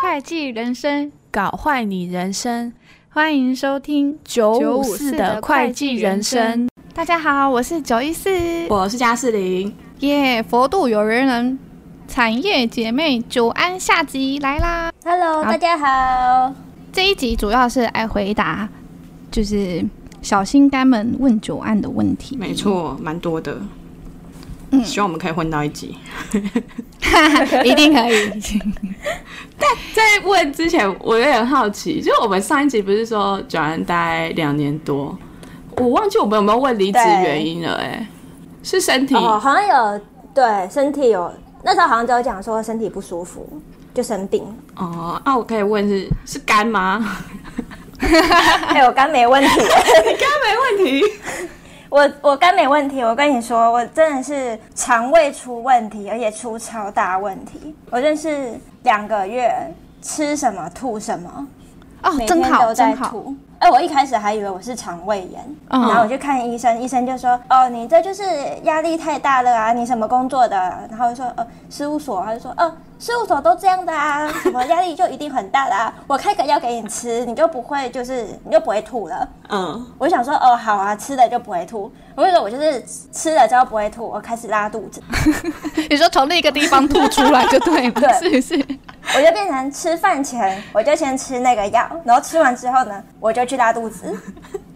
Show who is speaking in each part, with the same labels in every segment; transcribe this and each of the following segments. Speaker 1: 会计人生，
Speaker 2: 搞坏你人生
Speaker 1: 欢迎收听
Speaker 2: 九
Speaker 1: 五
Speaker 2: 五
Speaker 1: 四
Speaker 2: 四
Speaker 1: 的
Speaker 2: 的
Speaker 1: 会
Speaker 2: 会
Speaker 1: 计
Speaker 2: 计
Speaker 1: 人
Speaker 2: 人
Speaker 1: 生
Speaker 2: 生。
Speaker 1: 大家好，我是九一四，
Speaker 2: 我是嘉士林，
Speaker 1: 耶佛度有缘人，产业姐妹九安下集来啦。
Speaker 3: Hello，
Speaker 1: 好
Speaker 3: 大家好。
Speaker 1: 这一集主要是来回答，就是小心肝们问九安的问题。
Speaker 4: 没错，蛮多的。
Speaker 1: 嗯
Speaker 4: 希望我们可以混到一起。
Speaker 1: 一定可 以。
Speaker 4: 在问之前，我有点好奇，就是我们上一集不是说九安待两年多，我忘记我们有没有问离职
Speaker 3: 对
Speaker 4: 原因了、哎，是身体
Speaker 3: 哦，好像有对身体有，那时候好像都有讲说身体不舒服，就生病。
Speaker 4: 哦，那、我可以问是是肝吗？
Speaker 3: 哎、我肝没问题，
Speaker 4: 肝没问题。
Speaker 3: 我我肝没问题。我跟你说，我真的是肠胃出问题，而且出超大问题。我认识两个月，吃什么吐什么，
Speaker 1: 哦，
Speaker 3: 每
Speaker 1: 真
Speaker 3: 天
Speaker 1: 好，
Speaker 3: 都在
Speaker 1: 真好。
Speaker 3: 吐。哎、我一开始还以为我是肠胃炎，
Speaker 1: 嗯
Speaker 3: 然后我去看医生，医生就说：“哦，你这就是压力太大了啊，你什么工作的啊？”然后我就说：“呃，事务所啊。”他就说：“呃，事务所都这样 的啊，什么压力就一定很大的啊。我开个药给你吃，你就不会就是你就不会吐了。”
Speaker 4: 嗯，
Speaker 3: 我就想说：“哦，好啊，吃了就不会吐。”我就说：“我就是吃了之后不会吐，我开始拉肚子，
Speaker 1: 你说从那个地方吐出来就对了，是不是？
Speaker 3: 我就变成吃饭前我就先吃那个药，然后吃完之后呢，我就去拉肚子。”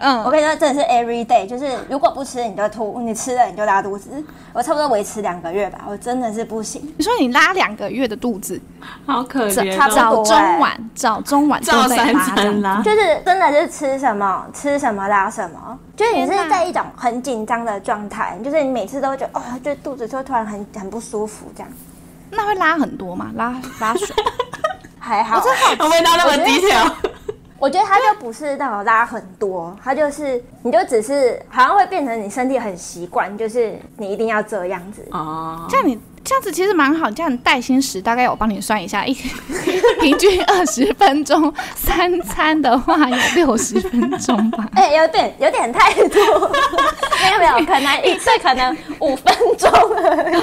Speaker 3: 我
Speaker 1: 嗯，
Speaker 3: 跟你说，真的是 every day，就是如果不吃你就吐，你吃了你就拉肚子。我差不多维持两个月吧，我真的是不行。
Speaker 1: 你说你拉两个月的肚子，
Speaker 4: 好可
Speaker 1: 早
Speaker 4: 怜、
Speaker 3: 差不
Speaker 4: 哦。
Speaker 3: 多哎
Speaker 1: 早中晚，早中晚都
Speaker 4: 照
Speaker 1: 在拉
Speaker 4: 三
Speaker 1: 这
Speaker 4: 餐
Speaker 1: 样。
Speaker 4: 啦，
Speaker 3: 就是真的是吃什么吃什么拉什么，就是你是
Speaker 1: 天哪
Speaker 3: 在一种很紧张的状态，就是你每次都会觉得哦，就肚子就突然很很不舒服这样。
Speaker 1: 那会拉很多吗？拉拉水？
Speaker 3: 还好，
Speaker 4: 我没到那么低调。
Speaker 3: 我觉得它就不是那种拉很多，它就是你就只是好像会变成你身体很习惯，就是你一定要这样子。
Speaker 4: 哦，
Speaker 1: 这样你这样子其实蛮好，这样你带薪时大概我帮你算一下，一 平均二十分钟，三餐的话有六十分钟吧。
Speaker 3: 哎、有点有点太 多了，没有没有，可能一次可能 五分钟而已，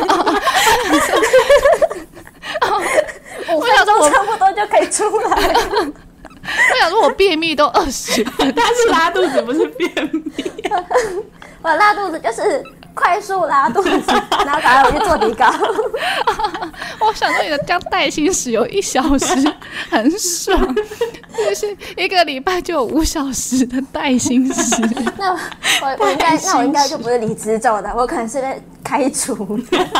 Speaker 1: 哦
Speaker 3: 五分钟差不多就可以出来了。
Speaker 1: 我想说，我便秘都二十分钟
Speaker 4: 他是拉肚子，不是 便秘。
Speaker 3: 我拉肚子就是快速拉肚子，然后赶快回去做底 稿。
Speaker 1: 我想说你的这样带薪时有一小时，很爽，就是一个礼拜就有五小时的带薪时。
Speaker 3: 那我我我应该那我应该就不是离职走的，我可能是被开除。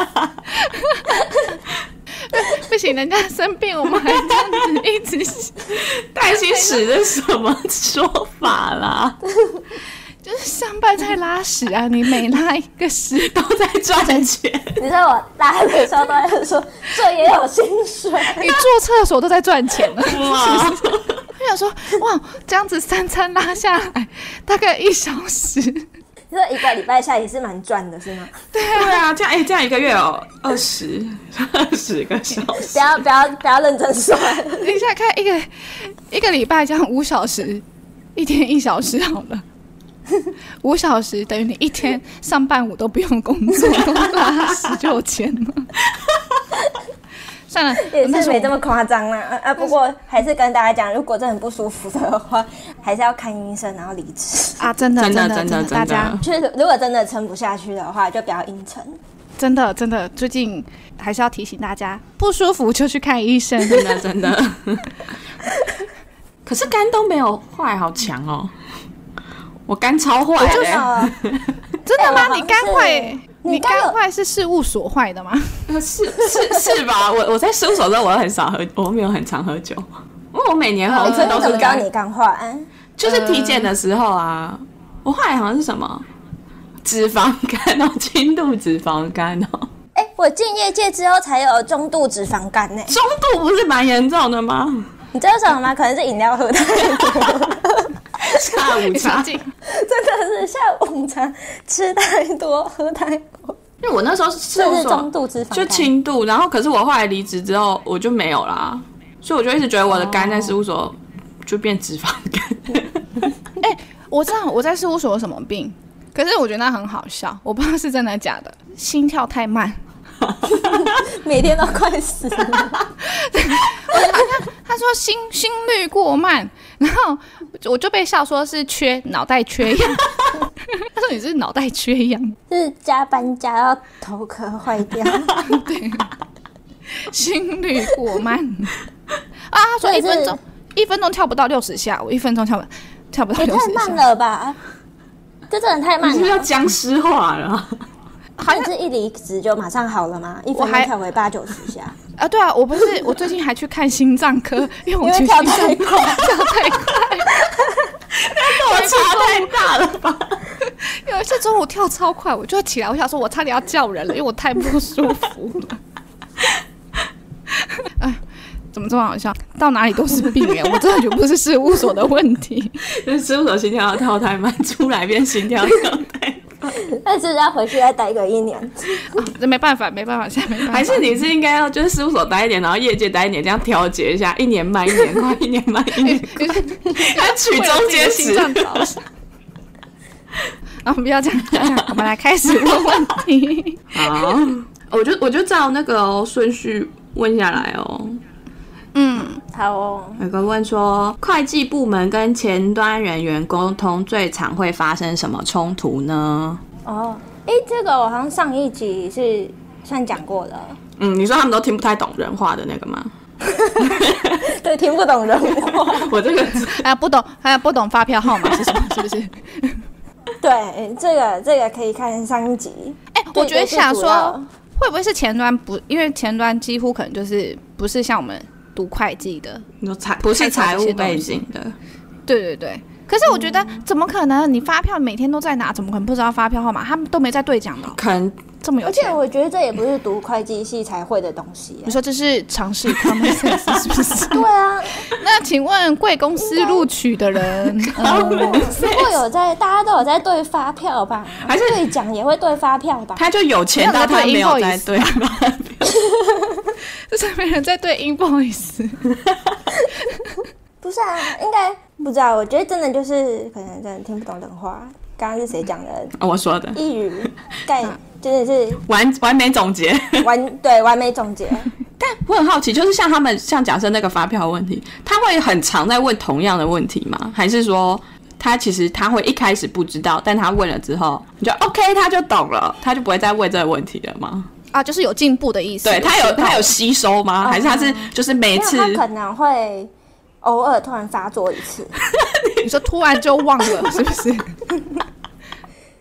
Speaker 1: 不行，人家生病，我们还这样子一直
Speaker 4: 带薪屎是什么说法 啦？
Speaker 1: 就是上班在拉屎啊，你每拉一个屎
Speaker 4: 都在赚钱。
Speaker 3: 你知道我拉的时候都在说这也有薪水，
Speaker 1: 你坐厕所都在赚钱了。
Speaker 4: 哇，
Speaker 1: 我想说，哇，这样子三餐拉下来大概一小时，
Speaker 3: 你说一个礼拜下也是蛮赚的，是吗？
Speaker 4: 对啊，这样哎、这样一个月 有二十二十个小时，
Speaker 3: 不要不要不要认真算。
Speaker 1: 你想看一个一个礼拜这样五小时，一天一小时好了。五小时等于你一天上半午都不用工作，拉屎就有钱了。算了，
Speaker 3: 也
Speaker 1: 但
Speaker 3: 是
Speaker 1: 是
Speaker 3: 没
Speaker 1: 我
Speaker 3: 这么夸张啦，啊啊！不过还是跟大家讲，如果真的很不舒服的话，还是要看医生，然后离 职。
Speaker 1: 啊，真的
Speaker 4: 真的
Speaker 1: 的
Speaker 4: 真的
Speaker 1: 的，
Speaker 4: 真的
Speaker 1: 大家
Speaker 3: 就是如果真的撑不下去的话，就不要硬撑。
Speaker 1: 真的真的，最近还是要提醒大家，不舒服就去看医生。
Speaker 4: 真的真的。 可是肝都没有坏，好强哦！我肝超坏
Speaker 3: 就
Speaker 4: 的、
Speaker 3: 是呃
Speaker 1: 真的
Speaker 3: 哎我好
Speaker 1: 吗？
Speaker 3: 像
Speaker 1: 你肝坏
Speaker 3: 是？
Speaker 1: 你
Speaker 3: 你刚有
Speaker 1: 肝坏是事务所坏的吗？
Speaker 4: 是是是吧？我我在事务所的时候，我很少喝，我没有很常喝酒，因为我每年好
Speaker 3: 你
Speaker 4: 像
Speaker 3: 真
Speaker 4: 都
Speaker 3: 的
Speaker 4: 是
Speaker 3: 怎么知道
Speaker 4: 嗯肝
Speaker 3: 你干啊坏？
Speaker 4: 就是体检的时候啊，我后来好像是什么脂肪肝哦， 轻度脂肪肝哦，
Speaker 3: 哎，我进业界之后才有中度脂肪肝呢。
Speaker 4: 中度不是蛮严重的 吗？
Speaker 3: 你知道为什么吗？可能是饮料喝太 多，啊
Speaker 4: 下午 茶
Speaker 1: 最，近
Speaker 3: 真的是下午茶吃太多，喝太多，
Speaker 4: 因为我那时候事
Speaker 3: 这
Speaker 4: 务
Speaker 3: 是中
Speaker 4: 所
Speaker 3: 度脂肪
Speaker 4: 就
Speaker 3: 肝。
Speaker 4: 轻度，然后可是我后来离职之后我就没有啦，所以我就一直觉得我的肝在事务所就变脂肪肝，
Speaker 1: 我知道我在事务所有什么病，可是我觉得那很好笑，我不知道是真的假的，心跳太慢。
Speaker 3: 每天都快死 了。
Speaker 1: 他说心心率过慢，然后我就被笑说是缺脑袋缺氧。 他说你是脑袋缺氧，
Speaker 3: 就是加班加到头壳坏掉，
Speaker 1: 心率过慢啊。他说
Speaker 3: 对
Speaker 1: 一分钟
Speaker 3: 是
Speaker 1: 一分钟跳不到六十下，我一分钟跳不跳不到
Speaker 3: 也
Speaker 1: 六
Speaker 3: 哎太
Speaker 1: 十
Speaker 3: 慢
Speaker 1: 下，
Speaker 3: 了吧？啊这真的太
Speaker 4: 你
Speaker 3: 慢
Speaker 4: 是不 是要
Speaker 3: 了。
Speaker 4: 僵尸化了？
Speaker 3: 好像是一离职就马上好了吗？一分
Speaker 1: 我
Speaker 3: 钟
Speaker 1: 还
Speaker 3: 跳回八九十下，
Speaker 1: 啊！对啊，我不是我最近还去看心脏科，因为我
Speaker 3: 因
Speaker 1: 觉
Speaker 3: 为
Speaker 1: 得
Speaker 3: 跳
Speaker 1: 心
Speaker 3: 太
Speaker 1: 脏科 跳
Speaker 3: 快。
Speaker 1: 太快，
Speaker 4: 落差太大了吧？
Speaker 1: 有一次中午跳超快，我就起来，我想说我差点要叫人了，因为我太不舒服了。 哎，怎么这么好笑？到哪里都是病人，我真的觉得不是事务所的问题。
Speaker 4: 就是 事务所心跳跳太慢，出来变心跳跳太慢。
Speaker 3: 但是要回去再待个一年，
Speaker 1: 啊这、没办法，没办法，现在没办法。
Speaker 4: 还是你是应该要就是事务所待一点，然后业界待一点，这样调节一下，一年慢一年 快，一年慢一 年快，要取中间
Speaker 1: 心
Speaker 4: 值。
Speaker 1: 脏着 想。啊，不要这样，不 要这样，我们来 开始问
Speaker 2: 哦
Speaker 1: 问题。
Speaker 4: 好，哎我就我就照那个哦顺、序问下来哦。
Speaker 1: 嗯，
Speaker 3: 好哦。
Speaker 4: 有个问说，会计部门跟前端人员沟通最常会发生什么冲突呢？
Speaker 3: 哦，哎，这个我好像上一集是算讲过了，
Speaker 4: 嗯，你说他们都听不太懂人话的那个吗？
Speaker 3: 对，听不懂 人话。
Speaker 4: 我这个
Speaker 1: 啊，不懂，还有不懂发票号码是什么？是不是？
Speaker 3: 对，这个这个可以看上一集。
Speaker 1: 哎、我觉得想
Speaker 3: 对这个主
Speaker 1: 说，会不会是前端不？因为前端几乎可能就是不是像我们读会计的，
Speaker 4: 你说财不是财务背景的，
Speaker 1: 对对对。可是我觉得怎么可能？你发票每天都在拿，怎么可能不知道发票号码？他们都没在兑奖的哦、
Speaker 4: 可能
Speaker 1: 这么有
Speaker 3: 而且
Speaker 1: 钱。
Speaker 3: 我觉得这也不是读会计系才会的东西
Speaker 1: 你。说这是尝 试 common sense 是不是？
Speaker 3: 对啊，
Speaker 1: 那请问贵公司录取的人，
Speaker 3: 嗯
Speaker 1: 呃
Speaker 3: 如果有在，大家都有在对发票吧？
Speaker 4: 还是
Speaker 3: 对奖也会对发票吧？
Speaker 4: 他就有钱到他没有在对 吧？
Speaker 1: 就是没人在 对 invoice。
Speaker 3: 不是啊，应该不知道。我觉得真的就是可能真的听不懂人话。刚刚是谁讲的？
Speaker 4: 哦我说的
Speaker 3: 一语概真的是
Speaker 4: 完完美总结。
Speaker 3: 完对完美总结。
Speaker 4: 但 我很好奇，就是像他们像假设那个发票问题，他会很常在问同样的问题吗？还是说他其实他会一开始不知道，但他问了之后，你就 OK，他就懂了，他就不会再问这个问题了吗？
Speaker 1: 啊，就是有进步的意思。
Speaker 4: 对他有
Speaker 1: 我知道
Speaker 4: 他有吸收吗？还是他是就是 每
Speaker 3: 没有，
Speaker 4: 次
Speaker 3: 他可能会偶尔突然发作一次，
Speaker 1: 你说突然就忘了，是不是？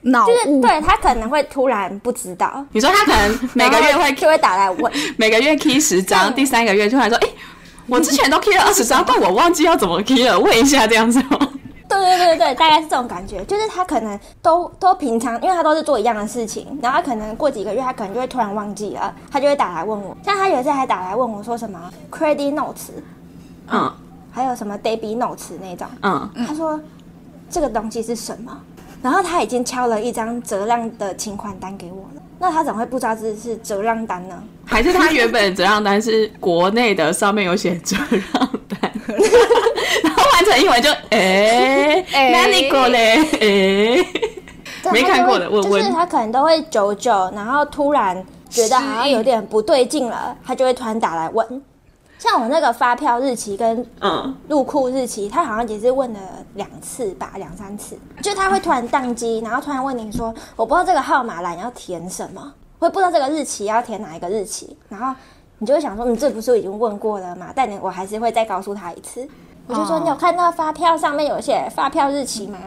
Speaker 1: 脑
Speaker 3: 就是对他可能会突然不知道，
Speaker 4: 你说他可能每个月
Speaker 3: 然后
Speaker 4: 会
Speaker 3: 就会打来问，
Speaker 4: 每个月 key 十张，第三个月突然说，哎、我之前都 key 了二十张，但我忘记要怎么 key 了，问一下这样子哦。
Speaker 3: 对对对对，大概是这种感觉，就是他可能都都平常，因为他都是做一样的事情，然后他可能过几个月，他可能就会突然忘记了，他就会打来问我，像他有一次还打来问我说什么 credit notes，
Speaker 4: 嗯
Speaker 3: 还有什么 debit notes 那种，
Speaker 4: 嗯，
Speaker 3: 他说这个东西是什么，然后他已经敲了一张折让的请款单给我了，那他怎么会不知道这是折让单呢？
Speaker 4: 还是他原本的折让单是国内的，上面有写折让单，然后换成英文就哎，
Speaker 1: 哎
Speaker 4: 那你过嘞？哎，
Speaker 3: 对
Speaker 4: 没
Speaker 3: 他
Speaker 4: 看
Speaker 3: 就
Speaker 4: 过
Speaker 3: 会
Speaker 4: 的问
Speaker 3: 就是
Speaker 4: 问
Speaker 3: 他可能都会久久，然后突然觉得好像有点不对劲了，他就会突然打来问。像我那个发票日期跟
Speaker 4: 嗯，
Speaker 3: 入库日期，他好像也是问了两次吧，两三次，就他会突然宕机，然后突然问你说，我不知道这个号码栏要填什么，我也不知道这个日期要填哪一个日期，然后你就会想说，嗯你这不是已经问过了吗？但你我还是会再告诉他一次，我就说，
Speaker 1: 哦
Speaker 3: 你有看到发票上面有写发票日期吗？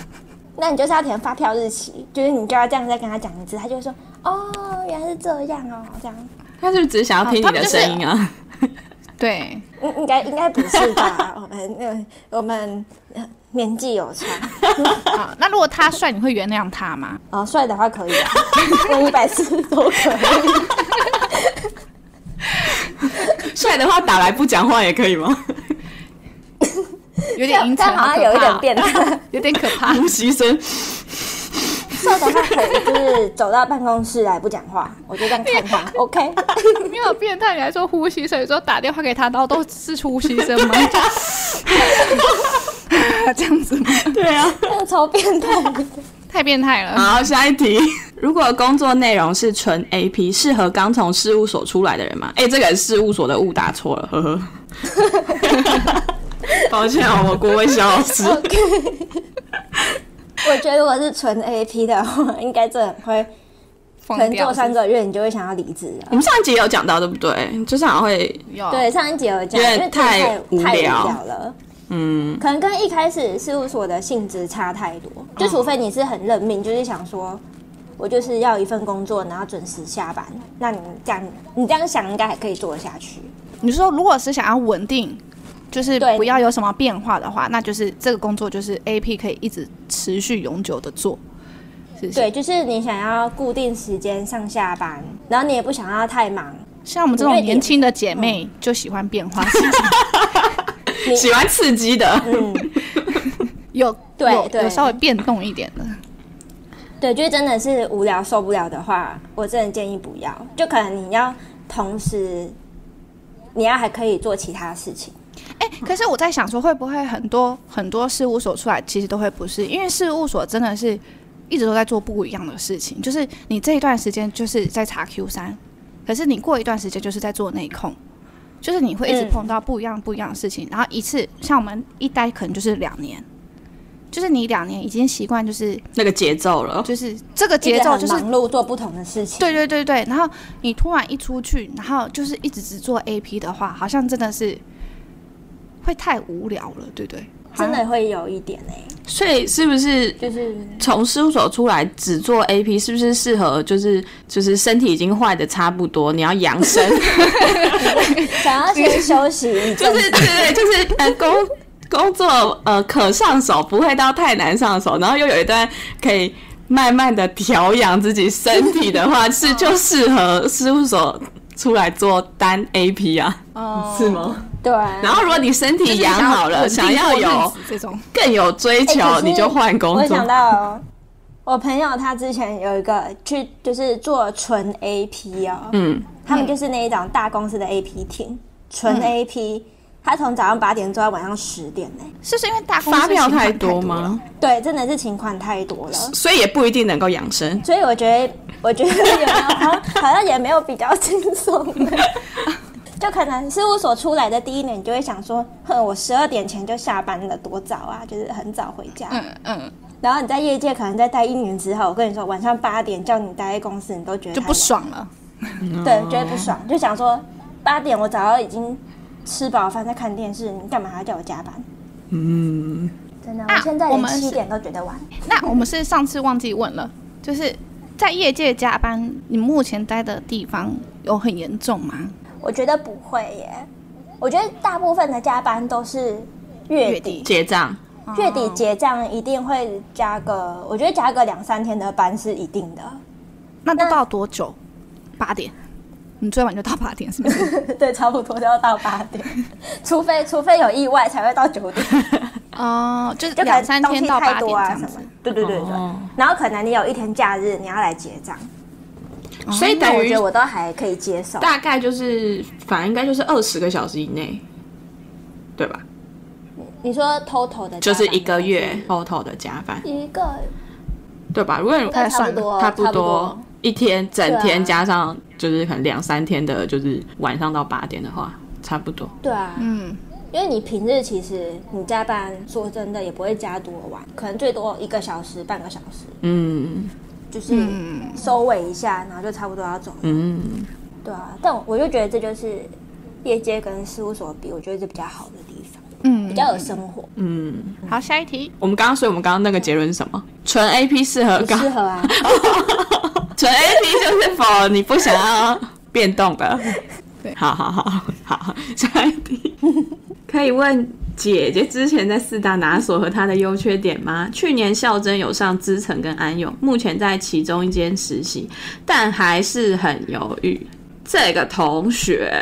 Speaker 3: 那你就是要填发票日期，就是你就要这样再跟他讲一次，他就会说，哦，原来是这样哦，这样，
Speaker 4: 他是不是只想要听你
Speaker 1: 哦他们
Speaker 4: 的
Speaker 1: 就是
Speaker 4: 声音啊？
Speaker 1: 对，
Speaker 3: 应应该应该不是吧？我们呃我们呃年纪有差
Speaker 1: 好，啊那如果他帅，你会原谅他吗？
Speaker 3: 哦，帅的话可以、啊，我一百四都可以。
Speaker 4: 帅的话打来不讲话也可以吗？
Speaker 1: 有点阴
Speaker 3: 但
Speaker 1: 沉，
Speaker 3: 好像
Speaker 1: 可
Speaker 3: 有一
Speaker 1: 怕
Speaker 3: 点
Speaker 1: 哦，
Speaker 3: 变态。
Speaker 1: 有点可怕。
Speaker 4: 不牺牲，
Speaker 3: 帅的话可以就是走到办公室来不讲话，我就这样看他。OK，
Speaker 1: 你有变态，你还说呼吸声，你说打电话给他，然后都是呼吸声 吗？这样子吗？
Speaker 4: 对啊，
Speaker 3: 那个超变态的。
Speaker 1: 太变态
Speaker 3: 啊
Speaker 1: 了。
Speaker 4: 好，下一题。 如果工作内容是纯 AP，适合刚从事务所出来的人吗？哎、这个事务所的误打错了，呵呵。抱歉啊，我国文小老师。
Speaker 3: 我觉得如果是纯 AP 的话，应该真的很会，可
Speaker 1: 疯
Speaker 3: 能
Speaker 1: 掉
Speaker 3: 做
Speaker 1: 了
Speaker 3: 三个月你就会想要离职了。
Speaker 4: 我们上一集有讲到，对不对？就是好像会，
Speaker 1: 有
Speaker 3: 对，上一集有讲，
Speaker 4: 因为
Speaker 3: 因为
Speaker 4: 太
Speaker 3: 太
Speaker 4: 无
Speaker 3: 太无
Speaker 4: 聊
Speaker 3: 聊了。
Speaker 4: 嗯，
Speaker 3: 可能跟一开始事务所的性质差太多，就除非你是很认命，就是想说，我就是要一份工作，然后准时下班。那你这样，你这样想应该还可以做得下去。
Speaker 1: 你说如果是想要稳定，就是
Speaker 3: 对
Speaker 1: 不要有什么变化的话，那就是这个工作就是 AP 可以一直持续永久的做，是不是？
Speaker 3: 对，就是你想要固定时间上下班，然后你也不想要太忙，
Speaker 1: 像我们这种
Speaker 3: 因为你
Speaker 1: 年轻的姐妹就喜欢变 化，是不是
Speaker 4: 喜欢刺激的。
Speaker 3: 嗯，
Speaker 1: 有
Speaker 3: 对
Speaker 1: 有
Speaker 3: 对
Speaker 1: 有稍微变动一点的。
Speaker 3: 对，就是真的是无聊受不了的话，我真的建议不要。就可能你要同时，你要还可以做其他事情。
Speaker 1: 哎、可是我在想说，会不会很多很多事务所出来，其实都会不是，因为事务所真的是一直都在做不一样的事情，就是你这一段时间就是在查 Q 三，可是你过一段时间就是在做内控，就是你会一直
Speaker 3: 嗯
Speaker 1: 碰到不一样不一样的事情，然后一次像我们一待可能就是两年。就是你两年已经习惯，就是
Speaker 4: 那个节奏了，
Speaker 1: 就是这个节奏，
Speaker 3: 一
Speaker 1: 就是
Speaker 3: 直很忙碌做不同的事情。
Speaker 1: 对对对对，然后你突然一出去，然后就是一直只做 AP 的话，好像真的是会太无聊了，对不对？
Speaker 3: 真的会有一点哎、
Speaker 4: 所以是不是
Speaker 3: 就是
Speaker 4: 从事务所出来只做 AP，是不是适合就是就是身体已经坏的差不多，你要养生，
Speaker 3: 想要先休息一
Speaker 4: 就
Speaker 3: 阵 子，
Speaker 4: 是对对，就是呃工工作呃可上手，不会到太难上手，然后又有一段可以慢慢的调养自己身体的话，是就适合事务所出来做单 AP 啊，
Speaker 1: 哦、
Speaker 4: 是吗？
Speaker 3: 对啊。
Speaker 4: 然后如果你身体养好了，想要有
Speaker 1: 这种，
Speaker 4: 更有追求，
Speaker 3: 哎可是
Speaker 4: 你就换工
Speaker 3: 我
Speaker 4: 作
Speaker 3: 想。到哦我朋友他之前有一个去就是做纯 AP 哦，
Speaker 4: 嗯，
Speaker 3: 他们就是那一种大公司的 AP team，纯 AP，、他从早上八点做到晚上十点呢、
Speaker 1: 是不是因为大公司
Speaker 4: 发票
Speaker 1: 情况
Speaker 4: 太
Speaker 1: 太
Speaker 4: 多
Speaker 1: 了？
Speaker 4: 吗？
Speaker 3: 对，真的是情况太多了，
Speaker 4: 所以也不一定能够养生。
Speaker 3: 所以我觉得我觉得有没有好像好像也没有比较轻松的。就可能事务所出来的第一年，你就会想说，哼，我十二点前就下班了，多早啊，就是很早回家。
Speaker 1: 嗯嗯，
Speaker 3: 然后你在业界可能再待一年之后，我跟你说，晚上八点叫你待在公司，你都觉得
Speaker 1: 就不爽了。嗯
Speaker 3: 太累，对，觉得不爽，就想说八点我早上已经吃饱饭在看电视，你干嘛还要叫我加班？嗯，真的，我
Speaker 1: 啊
Speaker 3: 现在
Speaker 1: 我
Speaker 3: 连
Speaker 1: 们是
Speaker 3: 七点都觉得晚。
Speaker 1: 那我们是上次忘记问了，就是在业界加班，你目前待的地方有很严重吗？
Speaker 3: 我觉得不会耶，我觉得大部分的加班都是月
Speaker 1: 月
Speaker 3: 底
Speaker 1: 底，
Speaker 4: 结账，
Speaker 3: 月底结账一定会加个，我觉得加个两三天的班是一定的。
Speaker 1: 那都到多久？八点，你最晚就到八点是不是？
Speaker 3: 对，差不多都要到八点，除非除非有意外才会到九点，
Speaker 1: 哦，就是
Speaker 3: 就可
Speaker 1: 两
Speaker 3: 能
Speaker 1: 三
Speaker 3: 东
Speaker 1: 天
Speaker 3: 西
Speaker 1: 到
Speaker 3: 太
Speaker 1: 八点
Speaker 3: 多
Speaker 1: 这
Speaker 3: 啊
Speaker 1: 样
Speaker 3: 什么
Speaker 1: 子。。
Speaker 3: 对对对对，
Speaker 4: 哦
Speaker 3: 然后可能你有一天假日你要来结账，
Speaker 4: 所以
Speaker 3: 但
Speaker 4: 等
Speaker 3: 哦我
Speaker 4: 于
Speaker 3: 觉得我都还可以接受。
Speaker 4: 大概就是，反正应该就是二十个小时以内，对吧？
Speaker 3: 你说 total 的
Speaker 4: 就是一个月 total 的加班，
Speaker 3: 一个
Speaker 4: 对吧？如果你
Speaker 1: 概
Speaker 3: 差不
Speaker 1: 算
Speaker 3: 多，
Speaker 4: 差不
Speaker 3: 差不
Speaker 4: 多
Speaker 3: 多。
Speaker 4: 一天整
Speaker 3: 对
Speaker 4: 天
Speaker 3: 啊
Speaker 4: 加上就是可能两三天的，就是晚上到八点的话，差不多。
Speaker 3: 对啊，
Speaker 1: 嗯，
Speaker 3: 因为你平日其实你加班，说真的也不会加多晚，可能最多一个小时、半个小时，
Speaker 4: 嗯
Speaker 3: 就是
Speaker 1: 嗯
Speaker 3: 收尾一下，然后就差不多要走了。
Speaker 4: 嗯，
Speaker 3: 对啊，但我就觉得这就是业界跟事务所比，我觉得是比较好的地方，
Speaker 1: 嗯
Speaker 3: 比较有生活，
Speaker 1: 好，下一题。
Speaker 4: 我们刚刚，所以我们刚刚那个结论是什么？纯 AP 适合
Speaker 3: 很
Speaker 4: 刚
Speaker 3: 适合 啊。
Speaker 4: 纯 AP 就是否你不想要变动 的。
Speaker 1: 对
Speaker 4: 好好好好，下一题， 可以问姐姐之前在四大拿索和她的优缺点吗？去年孝真有上资诚跟安永，目前在其中一间实习，但还是很犹豫。这个同学。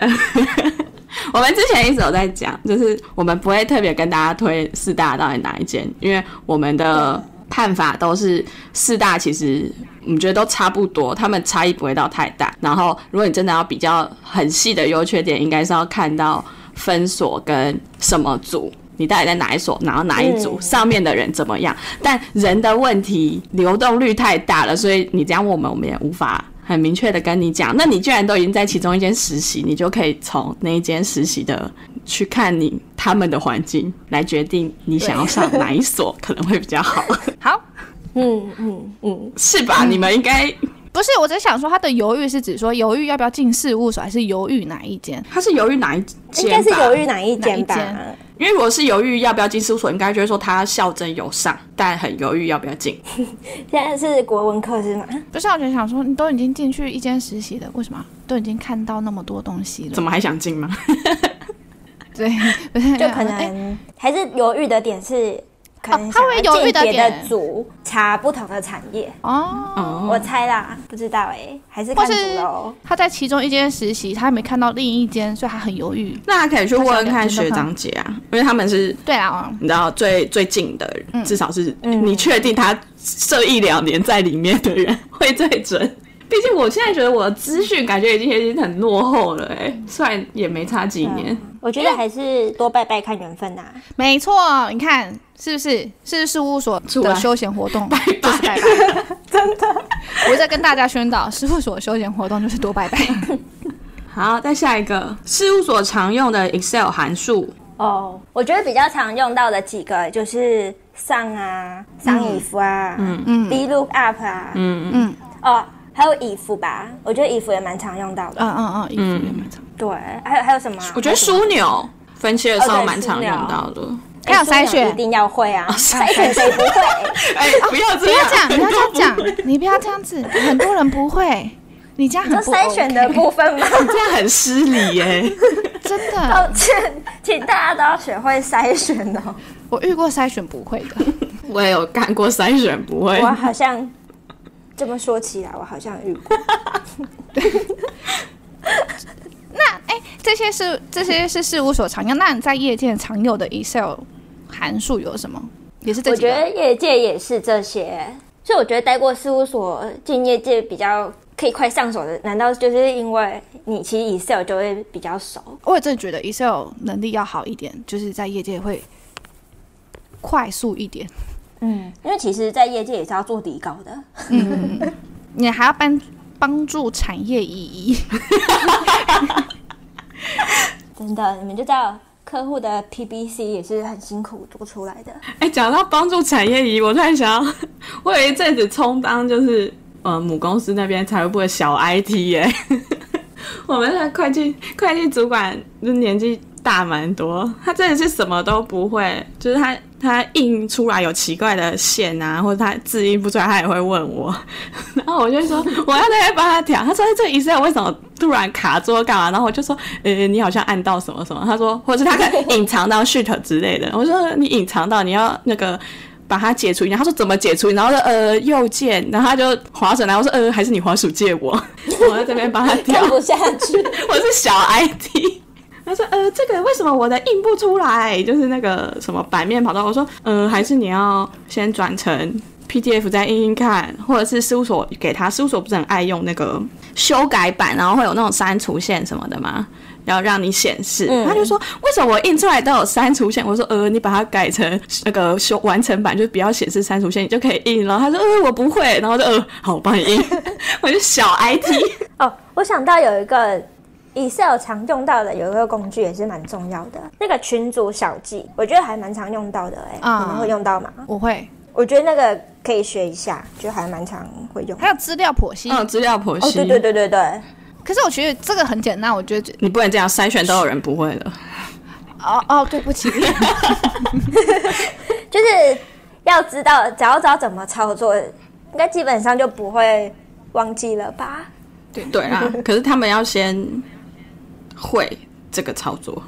Speaker 4: 我们之前一直有在讲，就是我们不会特别跟大家推四大到底哪一间，因为我们的看法都是四大其实我们觉得都差不多，他们差异不会到太大。然后如果你真的要比较很细的优缺点，应该是要看到分所跟什么组。你到底在哪一所，然后哪一组，
Speaker 3: 嗯
Speaker 4: 上面的人怎么样？但人的问题流动率太大了，所以你这样问我们，我们也无法。很明确的跟你讲，那你既然都已经在其中一间实习，你就可以从那一间实习的去看你他们的环境，来决定你想要上哪一所可能会比较好，
Speaker 1: 好，
Speaker 3: 嗯嗯嗯，
Speaker 4: 是吧？你们应该
Speaker 1: 不是，我只是想说，他的犹豫是指说犹豫要不要进事务所，还是犹豫哪一间？
Speaker 4: 他是犹豫哪一
Speaker 3: 应该
Speaker 4: 间
Speaker 3: 是
Speaker 4: 吧？
Speaker 3: 犹豫哪一间吧
Speaker 1: 哪一？间
Speaker 4: 因为如果是犹豫要不要进事务所，应该就会说他校正有上，但很犹豫要不要进。
Speaker 3: 现在是国文课是吗？
Speaker 1: 不是，我就想说，你都已经进去一间实习了，为什么都已经看到那么多东西了？
Speaker 4: 怎么还想进吗？
Speaker 1: 对，不是
Speaker 3: 就可
Speaker 1: 哎
Speaker 3: 能还是犹豫的点是，可能
Speaker 1: 哦他会
Speaker 3: 想要
Speaker 1: 犹豫的
Speaker 3: 进别
Speaker 1: 点
Speaker 3: 的组查不同的产业，
Speaker 1: 哦，
Speaker 4: 哦，
Speaker 3: 我猜啦，不知道哎、还是看
Speaker 1: 或
Speaker 3: 组
Speaker 1: 是
Speaker 3: 喽。
Speaker 1: 他在其中一间实习，他还没看到另一间，所以他很犹豫。
Speaker 4: 那可以去问问看学长姐啊，因为他们是
Speaker 1: 对啊，
Speaker 4: 你知道最最近的，至少是
Speaker 3: 嗯
Speaker 4: 你确定他这一两年在里面的人 会最准。毕竟我现在觉得我的资讯感觉已经已经很落后了、哎，虽然也没差几年，
Speaker 3: 我觉得还是多拜拜看缘分啊呐、
Speaker 1: 没错，你看是不是？是事务所
Speaker 4: 出来
Speaker 1: 的休闲活动
Speaker 4: 拜拜
Speaker 1: 就是拜拜，真的。我在跟大家宣导，事务所休闲活动就是多拜拜。
Speaker 4: 好，再下一个事务所常用的 Excel 函数，
Speaker 3: 哦，我觉得比较常用到的几个就是上啊、上以夫啊、嗯
Speaker 1: 嗯
Speaker 3: look up 啊，
Speaker 4: 嗯
Speaker 1: 嗯
Speaker 3: 哦，还有以夫吧，我觉得以夫也蛮常用到的。
Speaker 1: 嗯嗯嗯，衣服也没错。
Speaker 3: 对，还有还有什么啊、
Speaker 4: 我觉得
Speaker 3: 还有什么
Speaker 4: 枢纽分析的时
Speaker 3: 哦
Speaker 4: 候
Speaker 3: 对
Speaker 4: 蛮常
Speaker 3: 枢
Speaker 4: 用
Speaker 3: 纽
Speaker 4: 到的。
Speaker 1: 还有
Speaker 3: 哎
Speaker 1: 筛
Speaker 3: 枢纽
Speaker 1: 选
Speaker 3: 一定要会啊，
Speaker 4: 筛
Speaker 3: 筛选谁不会？
Speaker 4: 哎、
Speaker 3: 哦
Speaker 4: 不要
Speaker 1: 不
Speaker 4: 这
Speaker 1: 要
Speaker 4: 样，
Speaker 1: 这样，不 要这样
Speaker 4: 很多
Speaker 1: 讲，你不要这样子，很多人不会，你这样
Speaker 3: 就
Speaker 1: 很不
Speaker 3: 筛选的
Speaker 1: OK
Speaker 3: 部分吗？
Speaker 4: 这样很失礼耶、
Speaker 1: 真的，
Speaker 3: 抱歉，请大家都要学会筛选哦。
Speaker 1: 我遇过筛选不会的。
Speaker 4: 我也有干过筛选，不会
Speaker 3: 我好像这么说起来，我好像遇过。
Speaker 1: 这些是这些是事务所常用，那你在业界常有的 Excel 函数有什么？也是这
Speaker 3: 我
Speaker 1: 几个
Speaker 3: 觉得业界也是这些，所以我觉得待过事务所进业界比较可以快上手的，难道就是因为你其实 Excel 就会比较熟？
Speaker 1: 我也真的觉得 Excel 能力要好一点，就是在业界会快速一点。
Speaker 3: 嗯，因为其实，在业界也是要做底稿的。
Speaker 1: 你还要帮帮助产业意 义，
Speaker 3: 真的，你们就知道客户的 PBC 也是很辛苦做 出来的。
Speaker 4: 哎、讲到帮助产业仪，我突然想到，我有一阵子充当就是呃母公司那边财务部的小 IT 耶、 我们的会计会计主管就年纪大蛮多，他真的是什么都不会，就是他他印出来有奇怪的线啊，或者他字印不出来，他也会问我， 然后我就说我要在那边帮他调，他说哎这 Excel 为什么突然卡住干嘛？然后我就说呃你好像按到什么什么，他说或者是他可能隐藏到 sheet 之类的，我说你隐藏到你要那个。把它解除一下，他说怎么解除？然后就呃右键，然后他就滑手来，我说呃还是你滑鼠借我， 我在这边帮他
Speaker 1: 啊
Speaker 4: 调
Speaker 3: 看。不下去，
Speaker 4: 我是小 IT。他说：“呃，这个为什么我的印不出来？就是那个什么版面跑到我说，呃，还是你要先转成 PDF 再印印看，或者是事务所给他。事务所不是很爱用那个修改版，然后会有那种删除线什么的吗？然后让你显示。
Speaker 3: 嗯
Speaker 4: 他就说，为什么我印出来都有删除线？我说，呃，你把它改成那个修完成版，就不要显示删除线，你就可以印。然后他说，呃，我不会。然后我就呃，好，我帮你印。 我就小 IT。
Speaker 3: 哦，我想到有一个 Excel 常用到的，有一个工具也是蛮重要的，那个群组小记，我觉得还蛮常用到的哎、
Speaker 1: 啊
Speaker 3: 你们会用到吗？
Speaker 1: 我会。
Speaker 3: 我觉得那个可以学一下，就还蛮常会用。
Speaker 1: 还有资料剖析，
Speaker 4: 嗯，资料剖析。
Speaker 3: 哦，对对对对对，
Speaker 1: 可是我觉得这个很简单，我觉得
Speaker 4: 你不能这样筛选都有人不会的。
Speaker 1: 哦哦，对不起，
Speaker 3: 就是要知道，只要知道怎么操作，应该基本上就不会忘记了吧？
Speaker 4: 对啊， 可是他们要先会这个操 作。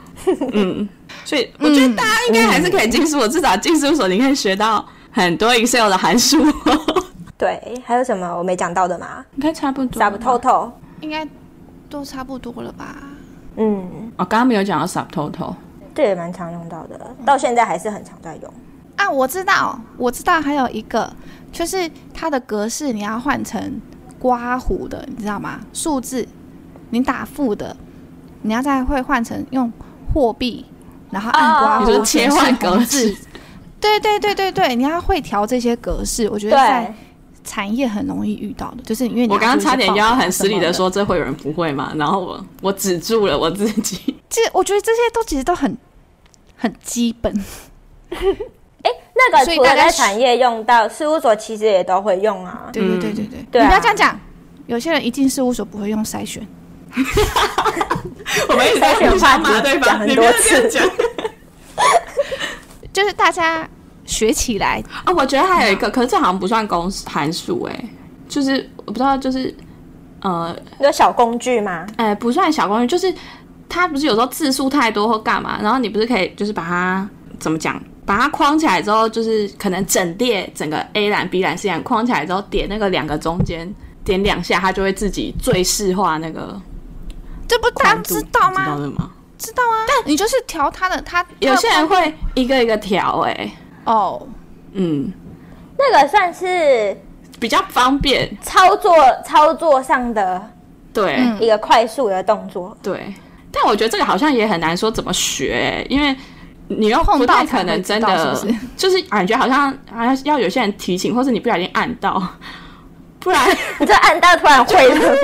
Speaker 4: 嗯，所以我觉得大家应该还是可以进入所，至少进入所你可以学到很多 Excel 的函 数。
Speaker 3: 对，还有什么我没讲到的吗？
Speaker 4: 应该差不多。
Speaker 3: 傻不透。透。
Speaker 1: 应该都差不多了吧？
Speaker 3: 嗯，
Speaker 4: 我哦刚刚没有讲到 subtotal。
Speaker 3: 这也蛮常用到的，到现在还是很常在用。
Speaker 1: 啊，我知道，我知道，还有一个就是它的格式你要换成刮胡的，你知道吗？数字你打负的，你要再会换成用货币然后按刮
Speaker 3: 哦
Speaker 1: 胡
Speaker 4: 你
Speaker 1: 或
Speaker 4: 说
Speaker 1: 者是
Speaker 4: 切换格
Speaker 1: 红
Speaker 4: 式
Speaker 1: 字。对对对对对，你要会调这些格式，我觉得在
Speaker 3: 对，
Speaker 1: 产业很容易遇到的，就是因为你
Speaker 4: 我刚刚
Speaker 1: 做一些
Speaker 4: 差点
Speaker 1: 报
Speaker 4: 要
Speaker 1: 道
Speaker 4: 很失礼
Speaker 1: 什么
Speaker 4: 的说，这会有人不会吗？然后我我止住了我自己。
Speaker 1: 这我觉得这些都其实都很很基本，
Speaker 3: 那个
Speaker 1: 所以
Speaker 3: 除
Speaker 1: 大
Speaker 3: 了
Speaker 1: 概
Speaker 3: 在
Speaker 1: 是
Speaker 3: 产业用到，事务所其实也都会用啊。
Speaker 1: 对对对
Speaker 4: 嗯
Speaker 1: 对对，
Speaker 3: 对啊
Speaker 1: 你不要这样讲，有些人一进事务所不会用筛选，
Speaker 4: 我们一直在互相骂对
Speaker 3: 讲
Speaker 4: 方，
Speaker 3: 很
Speaker 4: 你不
Speaker 3: 多
Speaker 4: 要这样讲。
Speaker 1: 就是大家学起来，
Speaker 4: 啊，我觉得还有一个，可是这好像不算公式函数哎、就是我不知道，就是呃
Speaker 3: 你说小工具吗？
Speaker 4: 呃，不算小工具，就是它不是有时候字数太多或干嘛，然后你不是可以就是把它怎么讲，把它框起来之后，就是可能整列整个 A 栏、B 栏、C 栏框起来之后，点那个两个中间点两下，它就会自己最适化那个
Speaker 1: 这不大家
Speaker 4: 宽度，
Speaker 1: 知道
Speaker 4: 知道
Speaker 1: 吗？
Speaker 4: 的吗？
Speaker 1: 知道啊，但你就是调他的，他
Speaker 4: 有些人会一个一个调哎、
Speaker 1: 哦，
Speaker 4: 嗯，
Speaker 3: 那个算是
Speaker 4: 比较方便，
Speaker 3: 操作操作上的
Speaker 4: 对，
Speaker 1: 嗯
Speaker 3: 一个快速的动作。
Speaker 4: 对，但我觉得这个好像也很难说怎么学、欸因为你又
Speaker 1: 碰
Speaker 4: 不
Speaker 1: 到
Speaker 4: 太
Speaker 1: 才
Speaker 4: 可
Speaker 1: 会
Speaker 4: 能
Speaker 1: 知
Speaker 4: 真
Speaker 1: 道
Speaker 4: 的，
Speaker 1: 是不是
Speaker 4: 就是感觉好像好像要有些人提醒，或是你不小心按到， 不然
Speaker 3: 你这按到突然会了，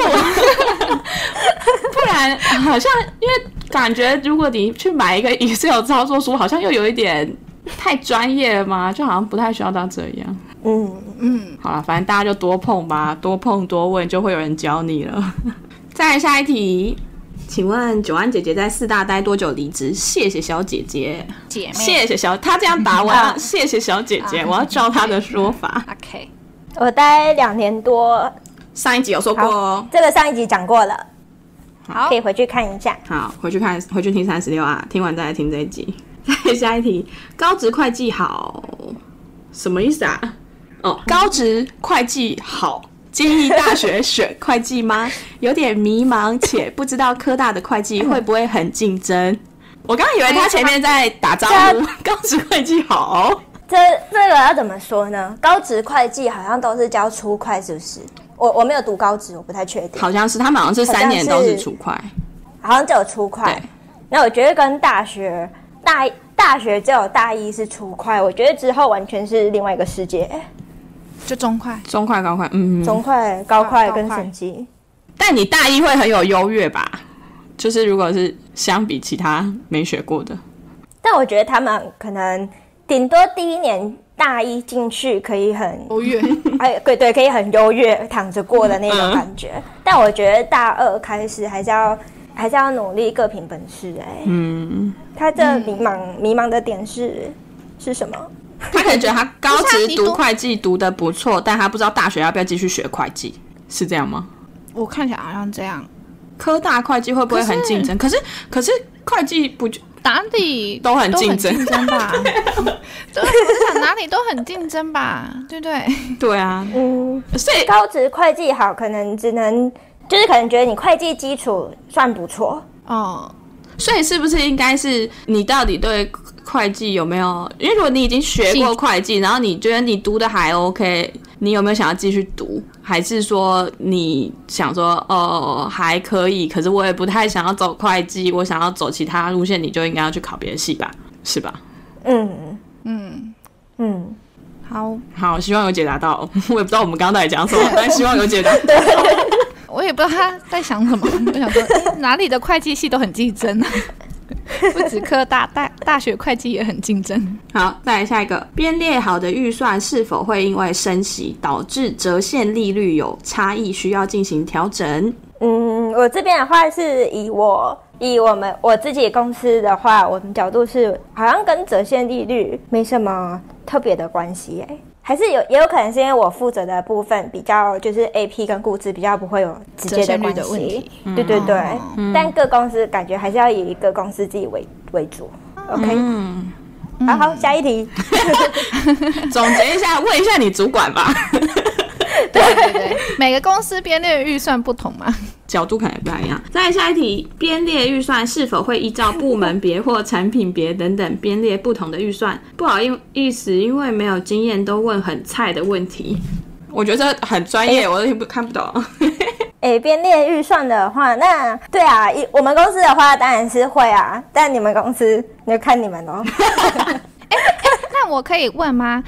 Speaker 4: 不然好像因为感觉如果你去买一个 Excel 操作书，好像又有一点太专业了嘛，就好像不太需要到这样。
Speaker 3: 嗯，
Speaker 1: 嗯，
Speaker 4: 好了，反正大家就多碰吧，多碰多问就会有人教你了。 再来下一题，请问九安姐姐在四大待多久离职？谢谢小姐姐。
Speaker 1: 姐妹，
Speaker 4: 谢谢小，她这样答我要
Speaker 3: 啊
Speaker 4: 谢谢小姐姐，我要照她的说法。
Speaker 1: OK，
Speaker 3: 我待两年多，
Speaker 4: 上一集有说过哦，
Speaker 3: 这个上一集讲过了，
Speaker 1: 好
Speaker 3: 可以回去看一下。
Speaker 4: 好，回去看，回去听三十六啊，听完再来听这一集。再下一题，高职会计好，什么意思啊？哦，高职会计好，建议大学选会计 吗？有点迷茫，且不知道科大的会 计会不会很竞争。我刚刚以为他前面在打 招呼，高职会计好，
Speaker 3: 这这个要怎么说呢？高职会计好像都是教初会，是不是？我我没有读高职，我不太确定，
Speaker 4: 好像是他们好像是
Speaker 3: 好
Speaker 4: 三
Speaker 3: 像
Speaker 4: 年都是
Speaker 3: 是
Speaker 4: 初会，
Speaker 3: 好像只有初会
Speaker 4: 对。
Speaker 3: 那我觉得跟大学大大学只有大一是初会，我觉得之后完全是另外一个世
Speaker 1: 嗯
Speaker 3: 界，
Speaker 1: 就中快，
Speaker 4: 中快高快，嗯，
Speaker 3: 中会、高会
Speaker 1: 高
Speaker 3: 跟
Speaker 1: 会
Speaker 3: 审计。
Speaker 4: 但你大一会很有优越吧？就是如果是相比其他没学过的，
Speaker 3: 但我觉得他们可能顶多第一年大一进去可以很
Speaker 1: 欧月，
Speaker 3: 哎，对对，可以很优越躺着过的那种感觉。但我觉得大二开始还是要还是要努力各凭本事哎、
Speaker 4: 嗯，
Speaker 3: 他这迷茫、迷茫的点是是什么？
Speaker 4: 他可能觉得他高
Speaker 1: 不是
Speaker 4: 职
Speaker 1: 啊你
Speaker 4: 读
Speaker 1: 读
Speaker 4: 会计读的不错，但他不知道大学要不要继续学会计，是这样吗？
Speaker 1: 我看起来好像这样，
Speaker 4: 科大会计会不会很竞争？可是可是会计不就
Speaker 1: 哪 里
Speaker 4: 都很竞争
Speaker 1: 竞争吧？对，我想哪里都很竞争吧，对不对？
Speaker 4: 对啊？
Speaker 3: 嗯，
Speaker 4: 所以
Speaker 3: 高职会计好，可能只能就是可能觉得你会计基础算不错，
Speaker 1: 哦，
Speaker 4: 所以是不是应该是你到底对会计有没有？因为如果你已经学过会计，然后你觉得你读的还 OK，你有没有想要继续读？还是说你想说哦还可以，可是我也不太想要走会计，我想要走其他路线，你就应该要去考别的系吧？是吧？
Speaker 3: 嗯
Speaker 1: 嗯，
Speaker 3: 嗯，
Speaker 1: 好，
Speaker 4: 好，希望有解答 到。我也不知道我们刚刚到底讲什么，但希望有解答。
Speaker 1: 我也不知道他在想什么， 我想说、诶哪里的会计系都很竞争啊， 不止科大，大大学会计也很竞争。
Speaker 4: 好，再来下一个，编列好的预算是否会因为升息导致折现利率有差异，需要进行调整？
Speaker 3: 嗯，我这边的话是以我以我们我自己公司的话，我们角度是好像跟折现利率没什么特别的关系耶、还是有也有可能是因为我负责的部分比较就是 A P 跟估值比较不会有直接的
Speaker 1: 折现率
Speaker 3: 关
Speaker 1: 的问
Speaker 3: 系
Speaker 1: 题，
Speaker 4: 嗯
Speaker 3: 对对对。但各公司感觉还是要以各公司自己为为主。OK，、
Speaker 4: 嗯，
Speaker 3: 好好，下一题。
Speaker 4: 总结一下，问一下你主管 吧，
Speaker 1: 对对对， 每个公司编列预算不同嘛，
Speaker 4: 角度可能不太一样。再来下一题，编列预算是否会依照部门别或产品别等等编列不同的预算？不好意思，因为没有经验，都问很菜的问题。我觉得很专业，我都听不看不懂。
Speaker 3: 诶编列预算的话，那对啊，一我们公司的话当然是会啊，但你们公司那就看你们哦咯。
Speaker 1: 那我可以问吗？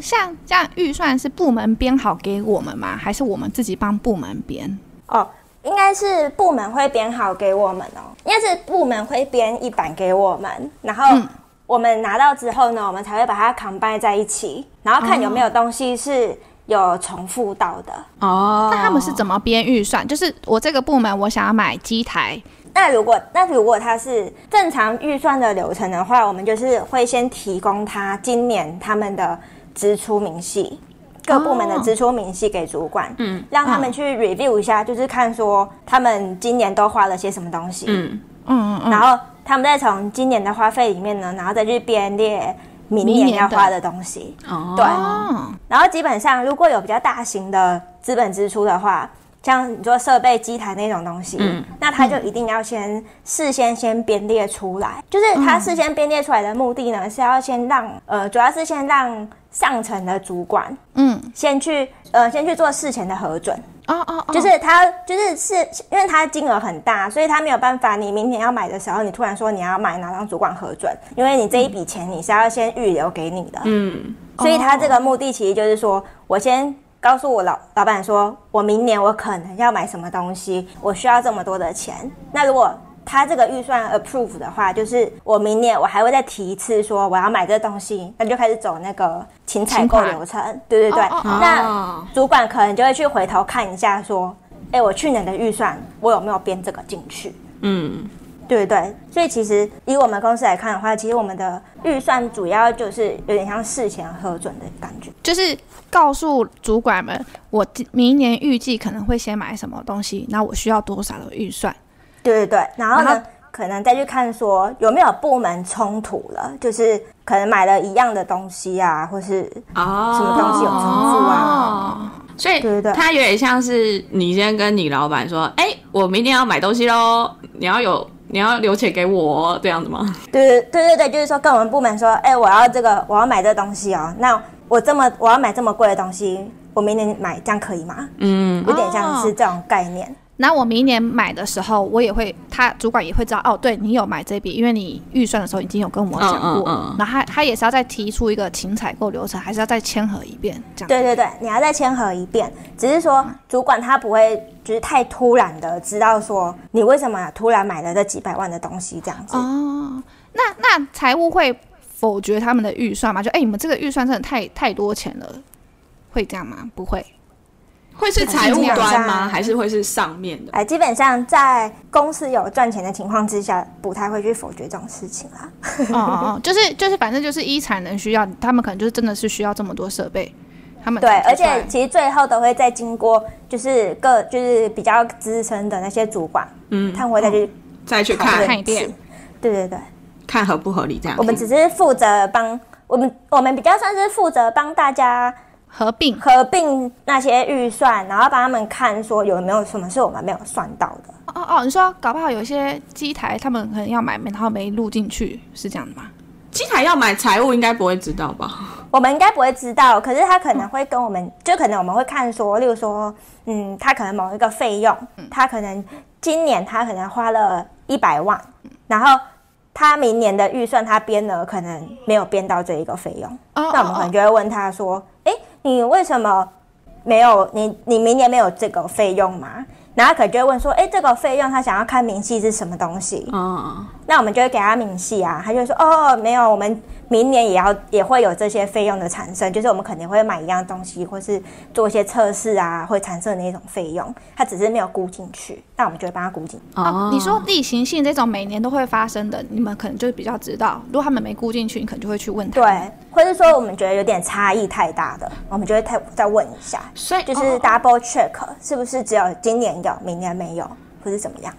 Speaker 1: 像这样预算是部门编好给我们吗？还是我们自己帮部门编？
Speaker 3: 哦，应该是部门会编好给我们哦，应该是部门会编一版给我们，然后
Speaker 1: 嗯
Speaker 3: 我们拿到之后呢，我们才会把它 combine 在一起，然后看有没有东西是有重复到的。
Speaker 4: 哦，
Speaker 1: 那他们是怎么编预算？就是我这个部门我想要买机台，
Speaker 3: 那如果那如果它是正常预算的流程的话，我们就是会先提供他今年他们的支出明细，各部门的支出明细给主管，嗯，让他们去 review 一下，就是看说他们今年都花了些什么东西，
Speaker 4: 嗯，
Speaker 1: 嗯嗯
Speaker 3: 然后他们再从今年的花费里面呢，然后再去编列明
Speaker 1: 明
Speaker 3: 年
Speaker 1: 年
Speaker 3: 要
Speaker 1: 的
Speaker 3: 花的东西。
Speaker 4: 哦，
Speaker 3: 对
Speaker 1: 嗯，哦，
Speaker 3: 然后基本上如果有比较大型的资本支出的话，像你说设备、机台那种东西，
Speaker 4: 嗯
Speaker 3: 那他就一定要先事先先编列出来，就是他事先编列出来的目的呢，是要先让呃，主要是先让上层的主管
Speaker 1: 嗯，
Speaker 3: 先去呃先去做事前的核准，
Speaker 1: 哦哦哦，
Speaker 3: 就是他就是是因为他金额很大，所以他没有办法。你明年要买的时候，你突然说你要买，哪让主管核准？因为你这一笔钱你是要先预留给你的，
Speaker 4: 嗯，
Speaker 3: 所以他这个目的其实就是说我先。告诉我老老板说，我明年我可能要买什么东西，我需要这么多的钱。那如果他这个预算 approve 的话，就是我明年我还会再提一次，说我要买这东西，那就开始走那个请采
Speaker 1: 请
Speaker 3: 购
Speaker 1: 款
Speaker 3: 流程。对对对，
Speaker 1: 哦哦哦
Speaker 3: 那
Speaker 4: 哦
Speaker 3: 主管可能就会去回头看一下，说，哎、我去年的预算我有没有编这个进去？
Speaker 4: 嗯，
Speaker 3: 对不对？所以其实以我们公司来看的话，其实我们的预算主要就是有点像事前核准的感觉。
Speaker 1: 就是告诉主管们，我今明年预计可能会先买什么东西，那我需要多少的预算？
Speaker 3: 对对对，然后呢，
Speaker 1: 然后
Speaker 3: 可能再去看说有没有部门冲突了，就是可能买了一样的东西啊，或是
Speaker 4: 哦，
Speaker 3: 什么东西有重复啊。
Speaker 4: 所以
Speaker 3: 对对对
Speaker 4: 它有点像是你先跟你老板说，哎、我明天要买东西喽，你要有你要留钱给我哦这样子吗？
Speaker 3: 对对对对对，就是说跟我们部门说，哎、我要这个，我要买这东西哦。那我这么我要买这么贵的东西，我明年买，这样可以吗？
Speaker 4: 嗯，
Speaker 3: 有点像是这种概念。
Speaker 1: 那我明年买的时候，我也会，他主管也会知道，哦，对你有买这笔，因为你预算的时候已经有跟我讲过，
Speaker 4: 嗯嗯嗯
Speaker 1: 然后他他也是要再提出一个请采购流程，还是要再签合一遍，这样
Speaker 3: 对对对，你要再签合一遍。只是说主管他不会就是太突然的知道说你为什么突然买了这几百万的东西这样子。
Speaker 1: 哦，那那财务会否决他们的预算吗？就哎、你们这个预算真的太太多钱了，会这样吗？不会，
Speaker 4: 会是财务
Speaker 3: 这
Speaker 4: 端
Speaker 3: 样子
Speaker 4: 吗？
Speaker 3: 啊
Speaker 4: 还是会是上面的？
Speaker 3: 哎，基本上在公司有赚钱的情况之下，不太会去否决这种事情啊啦。
Speaker 1: 哦哦哦，就是就是，反正就是依产能需要，他们可能就是真的是需要这么多设备，他们
Speaker 3: 对，
Speaker 1: 才
Speaker 3: 而
Speaker 1: 提出来
Speaker 3: 且其实最后都会再经过就是各就是比较资深的那些主管，
Speaker 4: 嗯，
Speaker 3: 他们会再去
Speaker 4: 再去
Speaker 3: 讨
Speaker 4: 看
Speaker 3: 论
Speaker 1: 看
Speaker 3: 一
Speaker 1: 一遍
Speaker 3: 次。对对对，
Speaker 4: 嗯看合不合理这样子。
Speaker 3: 我们只是负责帮我们，我们比较算是负责帮大家
Speaker 1: 合并
Speaker 3: 合并那些预算，然后帮他们看说有没有什么是我们没有算到的。
Speaker 1: 哦哦哦，你说搞不好有些机台他们可能要买，然后没录进去，是这样的吗？
Speaker 4: 机台要买财务应该不会知道吧？
Speaker 3: 我们应该不会知道，可是他可能会跟我们，就可能我们会看说，例如说，嗯，他可能某一个费用，他可能今年他可能花了一百万，然后他明年的预算他编了，可能没有编到这一个费用，
Speaker 1: 哦
Speaker 3: 那我们可能
Speaker 1: 哦
Speaker 3: 就会问他说，哎，你为什么没有你你明年没有这个费用吗？然后他可能就会问说，哎，这个费用他想要看明细是什么东西？
Speaker 4: 嗯，
Speaker 3: 那我们就会给他明细啊，他就会说哦，没有，我们明年也要也会有这些费用的产生，就是我们肯定会买一样东西，或是做一些测试啊，会产生的那种费用，他只是没有估进去，那我们就会帮他估进。
Speaker 1: 哦哦，你说例行性这种每年都会发生的，你们可能就比较知道。如果他们没估进去，你可能就会去问他。
Speaker 3: 对，或是说我们觉得有点差异太大的，我们就会再再问一下，
Speaker 4: 所以
Speaker 3: 就
Speaker 4: 哦
Speaker 3: 是 double check 是不是只有今年有，明年没有，或是怎么样？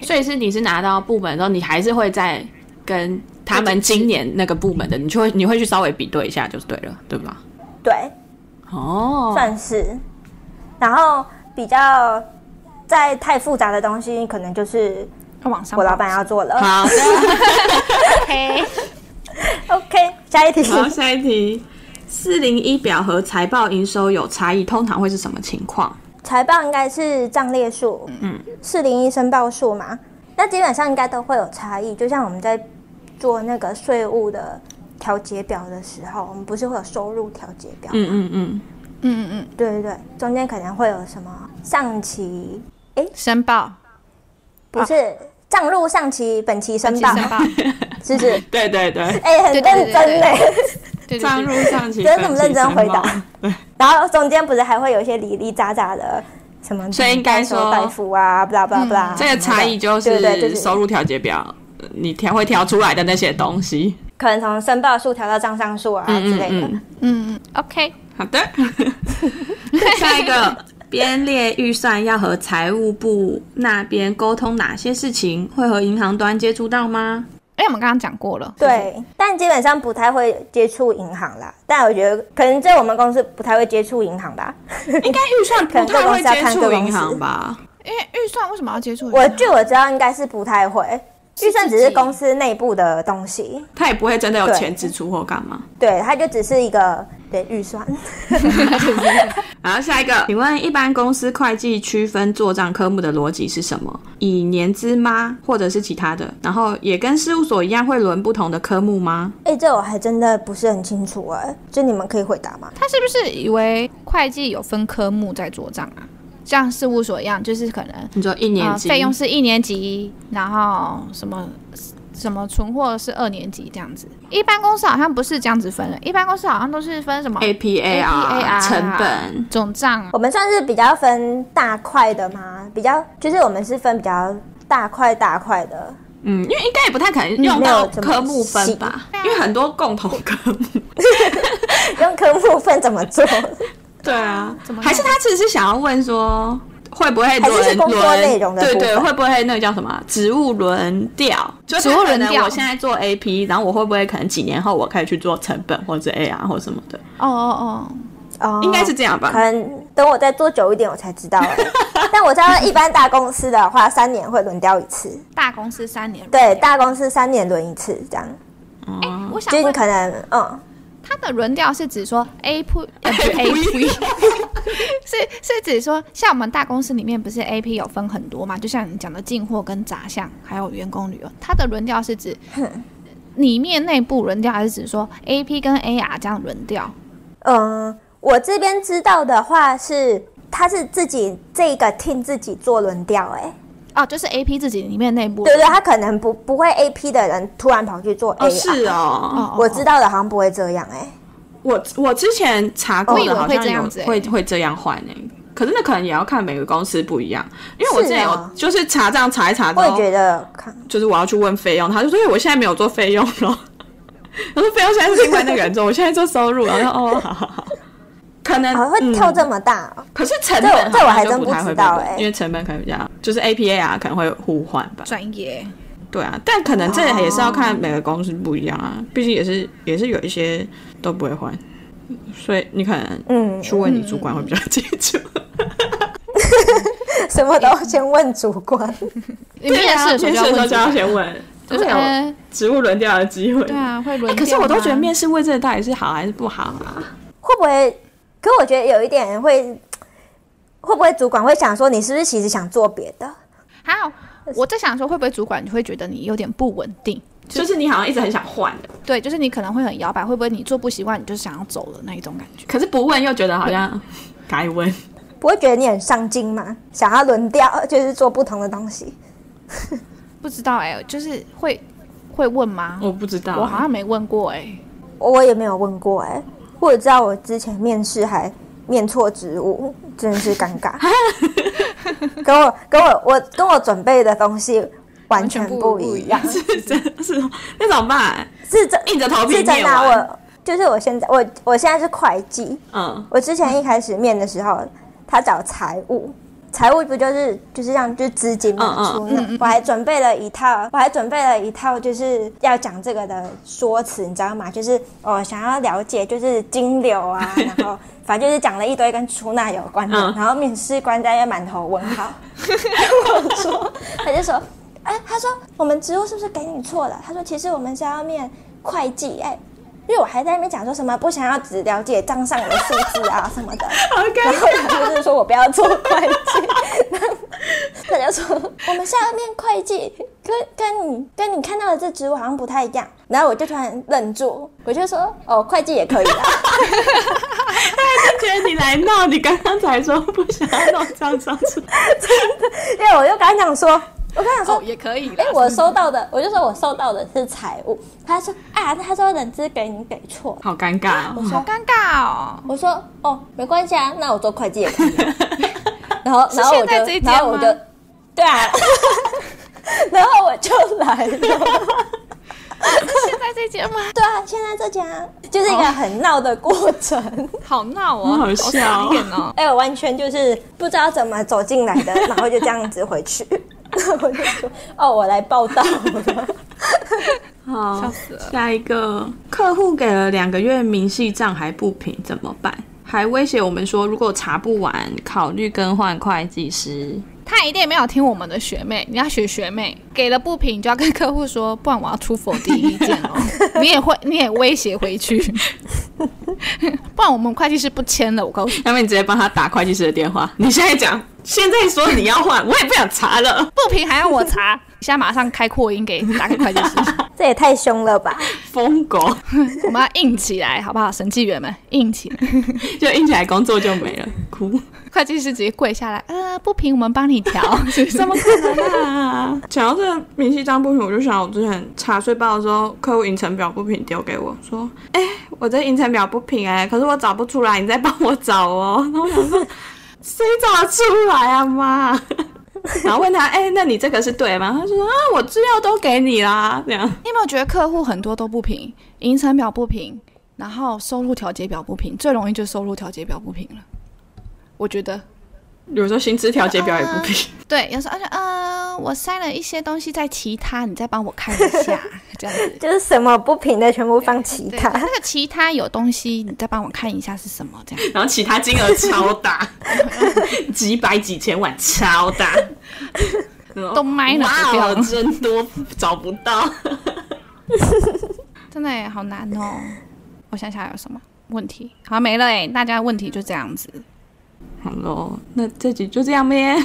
Speaker 4: 所以是你是拿到部门之后，你还是会再跟他们今年那个部门的，你就会你会去稍微比对一下就是对了，对吧？
Speaker 3: 对，
Speaker 4: 哦，
Speaker 3: 算是。然后比较在太复杂的东西，可能就是
Speaker 1: 要往上报。
Speaker 3: 我老板要做了。
Speaker 4: 好，
Speaker 1: OK，
Speaker 3: OK，下一题。
Speaker 4: 好，下一题。四零一表和财报营收有差异，通常会是什么情况？
Speaker 3: 财报应该是账列数，嗯，四零一申报数嘛，那基本上应该都会有差异。就像我们在做那个税务的调节表的时候，我们不是会有收入调节表？
Speaker 4: 嗯嗯嗯，
Speaker 1: 嗯嗯，
Speaker 3: 对对对，中间可能会有什么上期
Speaker 1: 申报，
Speaker 3: 不
Speaker 4: 啊
Speaker 3: 是账入上期本期申
Speaker 1: 本期
Speaker 3: 报，
Speaker 1: 申报，
Speaker 3: 是不 是？
Speaker 4: 对对对，
Speaker 3: 哎、很
Speaker 1: 对对
Speaker 3: 认
Speaker 1: 对
Speaker 3: 真欸
Speaker 1: 对对对
Speaker 3: 呢、
Speaker 4: 上
Speaker 1: 对，
Speaker 4: 入上期，
Speaker 3: 真的很认真回
Speaker 4: 本
Speaker 3: 答
Speaker 4: 期申报。
Speaker 3: 然后中间不是还会有一些里里杂杂的什么，
Speaker 4: 所以应该说嗯
Speaker 3: 大夫啊，不啦不啦不啦，
Speaker 4: 这个差异就
Speaker 3: 啊对对对
Speaker 4: 是
Speaker 3: 就是
Speaker 4: 收入调节表，呃你调会调出来的那些东西。
Speaker 3: 可能从申报数调到账上数啊之
Speaker 4: 嗯
Speaker 3: 类的。
Speaker 4: 嗯嗯，
Speaker 1: 嗯嗯，OK，
Speaker 4: 好 的。
Speaker 2: 下一个，编列预算要和财务部那边沟通哪些事情，会和银行端接触到吗？
Speaker 1: 哎，我们刚刚讲过了，
Speaker 3: 对，但基本上不太会接触银行啦。但我觉得可能在我们公司不太会接触银行吧。
Speaker 4: 应该预算不太会接触银行吧？
Speaker 1: 因为预算为什么要接触？
Speaker 3: 我据我知道，应该是不太会。预算只
Speaker 1: 自
Speaker 3: 是
Speaker 1: 己
Speaker 3: 公司内部的东西，
Speaker 4: 他也不会真的有钱支出或干嘛。
Speaker 3: 对，它就只是一个对预算。
Speaker 4: 然后下一个，请问一般公司会计区分做账科目的逻辑是什么？以年资吗，或者是其他的？然后也跟事务所一样会轮不同的科目吗？
Speaker 3: 哎、这我还真的不是很清楚哎、就你们可以回答吗？
Speaker 1: 他是不是以为会计有分科目在做账啊？像事务所一样，就是可能
Speaker 4: 你说一年
Speaker 1: 啊，
Speaker 4: 级
Speaker 1: 费用是一年级，然后什么什么存货是二年级这样子。一般公司好像不是这样子分的，一般公司好像都是分什么
Speaker 3: 哎
Speaker 4: APAR
Speaker 1: APAR
Speaker 4: 啊成本，
Speaker 1: 总账啊、
Speaker 3: 我们算是比较分大块的吗？比较就是我们是分比较大块大块的，
Speaker 4: 嗯，因为应该也不太可能用到科目分吧，
Speaker 1: 没有这么细
Speaker 4: 因为很多共同科目。
Speaker 3: 用科目分怎么做？
Speaker 4: 对啊
Speaker 1: 怎么，弄
Speaker 4: 还是他只是想要问说，会不会
Speaker 3: 还是
Speaker 4: 轮
Speaker 3: 是工作
Speaker 4: 轮
Speaker 3: 内容的
Speaker 4: 对对，
Speaker 3: 部分
Speaker 4: 会不会那个叫什么啊职务轮调？就
Speaker 1: 职务轮
Speaker 4: 可能哎
Speaker 1: 调
Speaker 4: 我现在做 AP，然后我会不会可能几年后我可以去做成本或者 AR 或什么的？
Speaker 1: 哦哦哦，
Speaker 3: 哦，
Speaker 4: 应该是这样吧
Speaker 3: 可？能等我再做久一点，我才知 道、欸。但我知道一般大公司的话，三年会轮掉一次。
Speaker 1: 大公司三年
Speaker 3: 对，
Speaker 1: 轮调
Speaker 3: 大公司三年轮一次，这样。
Speaker 4: 哦，
Speaker 1: 我想
Speaker 3: 就是你
Speaker 1: 问
Speaker 3: 可能，嗯，
Speaker 1: 它的轮调是指说 A P 呃不 A P 是是指说像我们大公司里面不是 A P 有分很多嘛，就像你讲的进货跟杂项，还有员工旅游，它的轮调是指里面内部轮调，还是指说 A P 跟 A R 这样轮调？
Speaker 3: 嗯，我这边知道的话是，他是自己这个 team 自己做轮调、欸，
Speaker 1: 哦，就是 A P 自己里面内部
Speaker 3: 对对，他可能不不会 AP 的人突然跑去做 AR，、
Speaker 4: 哦是哦，
Speaker 1: 哦，
Speaker 3: 我知
Speaker 1: 道，
Speaker 3: 道的好像不会这样、欸，
Speaker 4: 我我之前查过
Speaker 1: 我以
Speaker 4: 的，
Speaker 1: 为
Speaker 4: 好
Speaker 1: 会这
Speaker 4: 像有
Speaker 1: 样子欸
Speaker 4: 会会这样换诶、可是那可能也要看每个公司不一样，因为我
Speaker 3: 是
Speaker 4: 之前有
Speaker 3: 啊
Speaker 4: 就是查账查一查之
Speaker 3: 我
Speaker 4: 后，
Speaker 3: 也觉得看，
Speaker 4: 就是我要去问费用，他就说：“因为我现在没有做费用 了。”我说：“费用现在是另外那个人做，我现在做收入。”然后说：“哦，好好好。”可能
Speaker 3: 好、会跳、这
Speaker 4: 嗯
Speaker 3: 么大哦、
Speaker 4: 可是成
Speaker 3: 这我
Speaker 4: 本
Speaker 3: 这我
Speaker 4: 好像
Speaker 3: 还
Speaker 4: 就
Speaker 3: 真不
Speaker 4: 太会
Speaker 3: 知道
Speaker 4: 被
Speaker 3: 欸
Speaker 4: 因为成本可能比较就是 APA 啊，可能会互换吧。
Speaker 1: 专业
Speaker 4: 对啊，但可能这也是要看每个公司不一样啊，毕竟也是也是有一些都不会换，所以你可能
Speaker 3: 嗯，
Speaker 4: 去问你主管会比较清楚。
Speaker 1: 嗯
Speaker 3: 什么都先问主管，
Speaker 1: 你面试的时候
Speaker 4: 面
Speaker 1: 就
Speaker 4: 试
Speaker 1: 要
Speaker 4: 的时候
Speaker 1: 问
Speaker 4: 就
Speaker 1: 主管，就
Speaker 4: 要先问，
Speaker 1: 是
Speaker 4: 会有
Speaker 1: 呃，
Speaker 4: 职务轮调的机会。
Speaker 1: 对啊，会轮调
Speaker 4: 欸
Speaker 1: 吗。
Speaker 4: 可是我都觉得面试问这个到底是好还是不好啊？
Speaker 3: 会不会？可我觉得有一点会，会不会主管会想说你是不是其实想做别的？
Speaker 1: 还有我在想说，会不会主管就会觉得你有点不稳定？
Speaker 4: 就是你好像一直很想换的，
Speaker 1: 对，就是你可能会很摇摆，会不会你做不习惯，你就想要走了那一种感觉？
Speaker 4: 可是不问又觉得好像该问。
Speaker 3: 不会觉得你很上进吗？想要轮调， 就是做不同的东西。
Speaker 1: 不知道哎、就是会会问吗？
Speaker 4: 我不知道，
Speaker 1: 我好像没问过哎、
Speaker 3: 我也没有问过哎、我只知道我之前面试还面错职务，真的是尴 尬。跟我跟我我跟我准备的东西完全不一样，
Speaker 4: 是真的是那怎么办？
Speaker 3: 是真
Speaker 4: 硬着头皮
Speaker 3: 是真
Speaker 4: 念
Speaker 3: 的啊、
Speaker 4: 完。
Speaker 3: 我就是我现在我我现在是会计，
Speaker 4: 嗯，
Speaker 3: 我之前一开始面的时候，他找财务，财务不就是就是让就是资金嘛
Speaker 4: 嗯嗯
Speaker 3: 出纳，我还准备了一套，我还准备了一套就是要讲这个的说辞，你知道吗？就是哦，想要了解就是金流啊， 然后反正就是讲了一堆跟出纳有关的，
Speaker 4: 嗯
Speaker 3: 然后面试官在那满头问号，我说他就说。哎，他说我们职务是不是给你错了？他说其实我们是要面会计，哎，因为我还在那边讲说什么不想要只了解账上的数字啊什么的，然后你就是说我不要做会计，然后大家说我们下面会计跟跟你跟你看到的这职务好像不太一样，然后我就突然愣住，我就说哦会计也可以啦，
Speaker 4: 觉得你来闹，你刚刚才说不想要闹张张出，
Speaker 3: 因为我就刚讲说，我刚讲说
Speaker 1: 哦，也可以啦。
Speaker 3: 哎、我收到的，我就说我收到的是财务。他说啊，他说人资给你给错。
Speaker 4: 好尴尬哦。
Speaker 1: 好尴尬哦。
Speaker 3: 我说哦，没关系啊，那我做会计也可以啊。然后，
Speaker 1: 是
Speaker 3: 然后
Speaker 1: 现
Speaker 3: 我
Speaker 1: 在
Speaker 3: 就
Speaker 1: 这一，家
Speaker 3: 然后我就
Speaker 1: 吗，
Speaker 3: 对啊， 然后我就 来了。
Speaker 1: 现在这节目
Speaker 3: 对啊，现在这家就是一个很闹的过程。
Speaker 1: 好闹哦，
Speaker 4: 很好笑哦
Speaker 1: 好傻眼 哦。
Speaker 3: 哎、我完全就是不知道怎么走进来的，然后就这样子回去。 然后我就说哦，我来报道了。
Speaker 1: 笑
Speaker 2: 好，
Speaker 1: 死了
Speaker 2: 下一个客户给了两个月明细账还不平怎么办？还威胁我们说，如果查不完，考虑更换会计师。
Speaker 1: 他一定没有听我们的学妹，你要学学妹，给了不平就要跟客户说，不然我要出否定意见哦。你也会，你也威胁回去，不然我们会计师不签了。我告诉你，
Speaker 4: 要不你直接帮他打会计师的电话，你现在讲， 现在说你要换，我也不想查了。
Speaker 1: 不平还要我查，现在马上开扩音给打给会计师，
Speaker 3: 这也太凶了吧！
Speaker 4: 疯狗
Speaker 1: 我们要硬起来，好不好？审计员们硬起来，
Speaker 4: 就硬起来工作就没了，哭。
Speaker 1: 会计师直接跪下来，呃，不平我们帮你调，
Speaker 4: 怎么可能啊！ 讲到这个明细账不平，我就想我之前查税报的时候，客户营成表不平丢给我说：“哎、我这营成表不平哎、可是我找不出来，你再帮我找哦。”然后我想说，谁找得出来啊妈？ 然后问他：“哎、那你这个是对吗？”他就说：“啊，我资料都给你啦。”这样
Speaker 1: 你有没有觉得客户很多都不平，银成表不平，然后收入调节表不平，最容易就是收入调节表不平了。我觉得
Speaker 4: 有时候薪资调节表也不平，
Speaker 1: 对，有时候而且呃，我塞了一些东西在其他，你再帮我看一 下，这样子。
Speaker 3: 就是什么不平的全部放其
Speaker 1: 对，
Speaker 3: 他。
Speaker 1: 那个其他有东西，你再帮我看一下是什么，这样。
Speaker 4: 然后其他金额超大， 几百几千万超大，
Speaker 1: 都卖了
Speaker 4: 哇
Speaker 1: 不要
Speaker 4: 哦，真多，找不到。
Speaker 1: 真的耶好难哦。我想想还有什么问题，好没了哎，大家问题就这样子。
Speaker 4: 好喽，那这集就这样呗。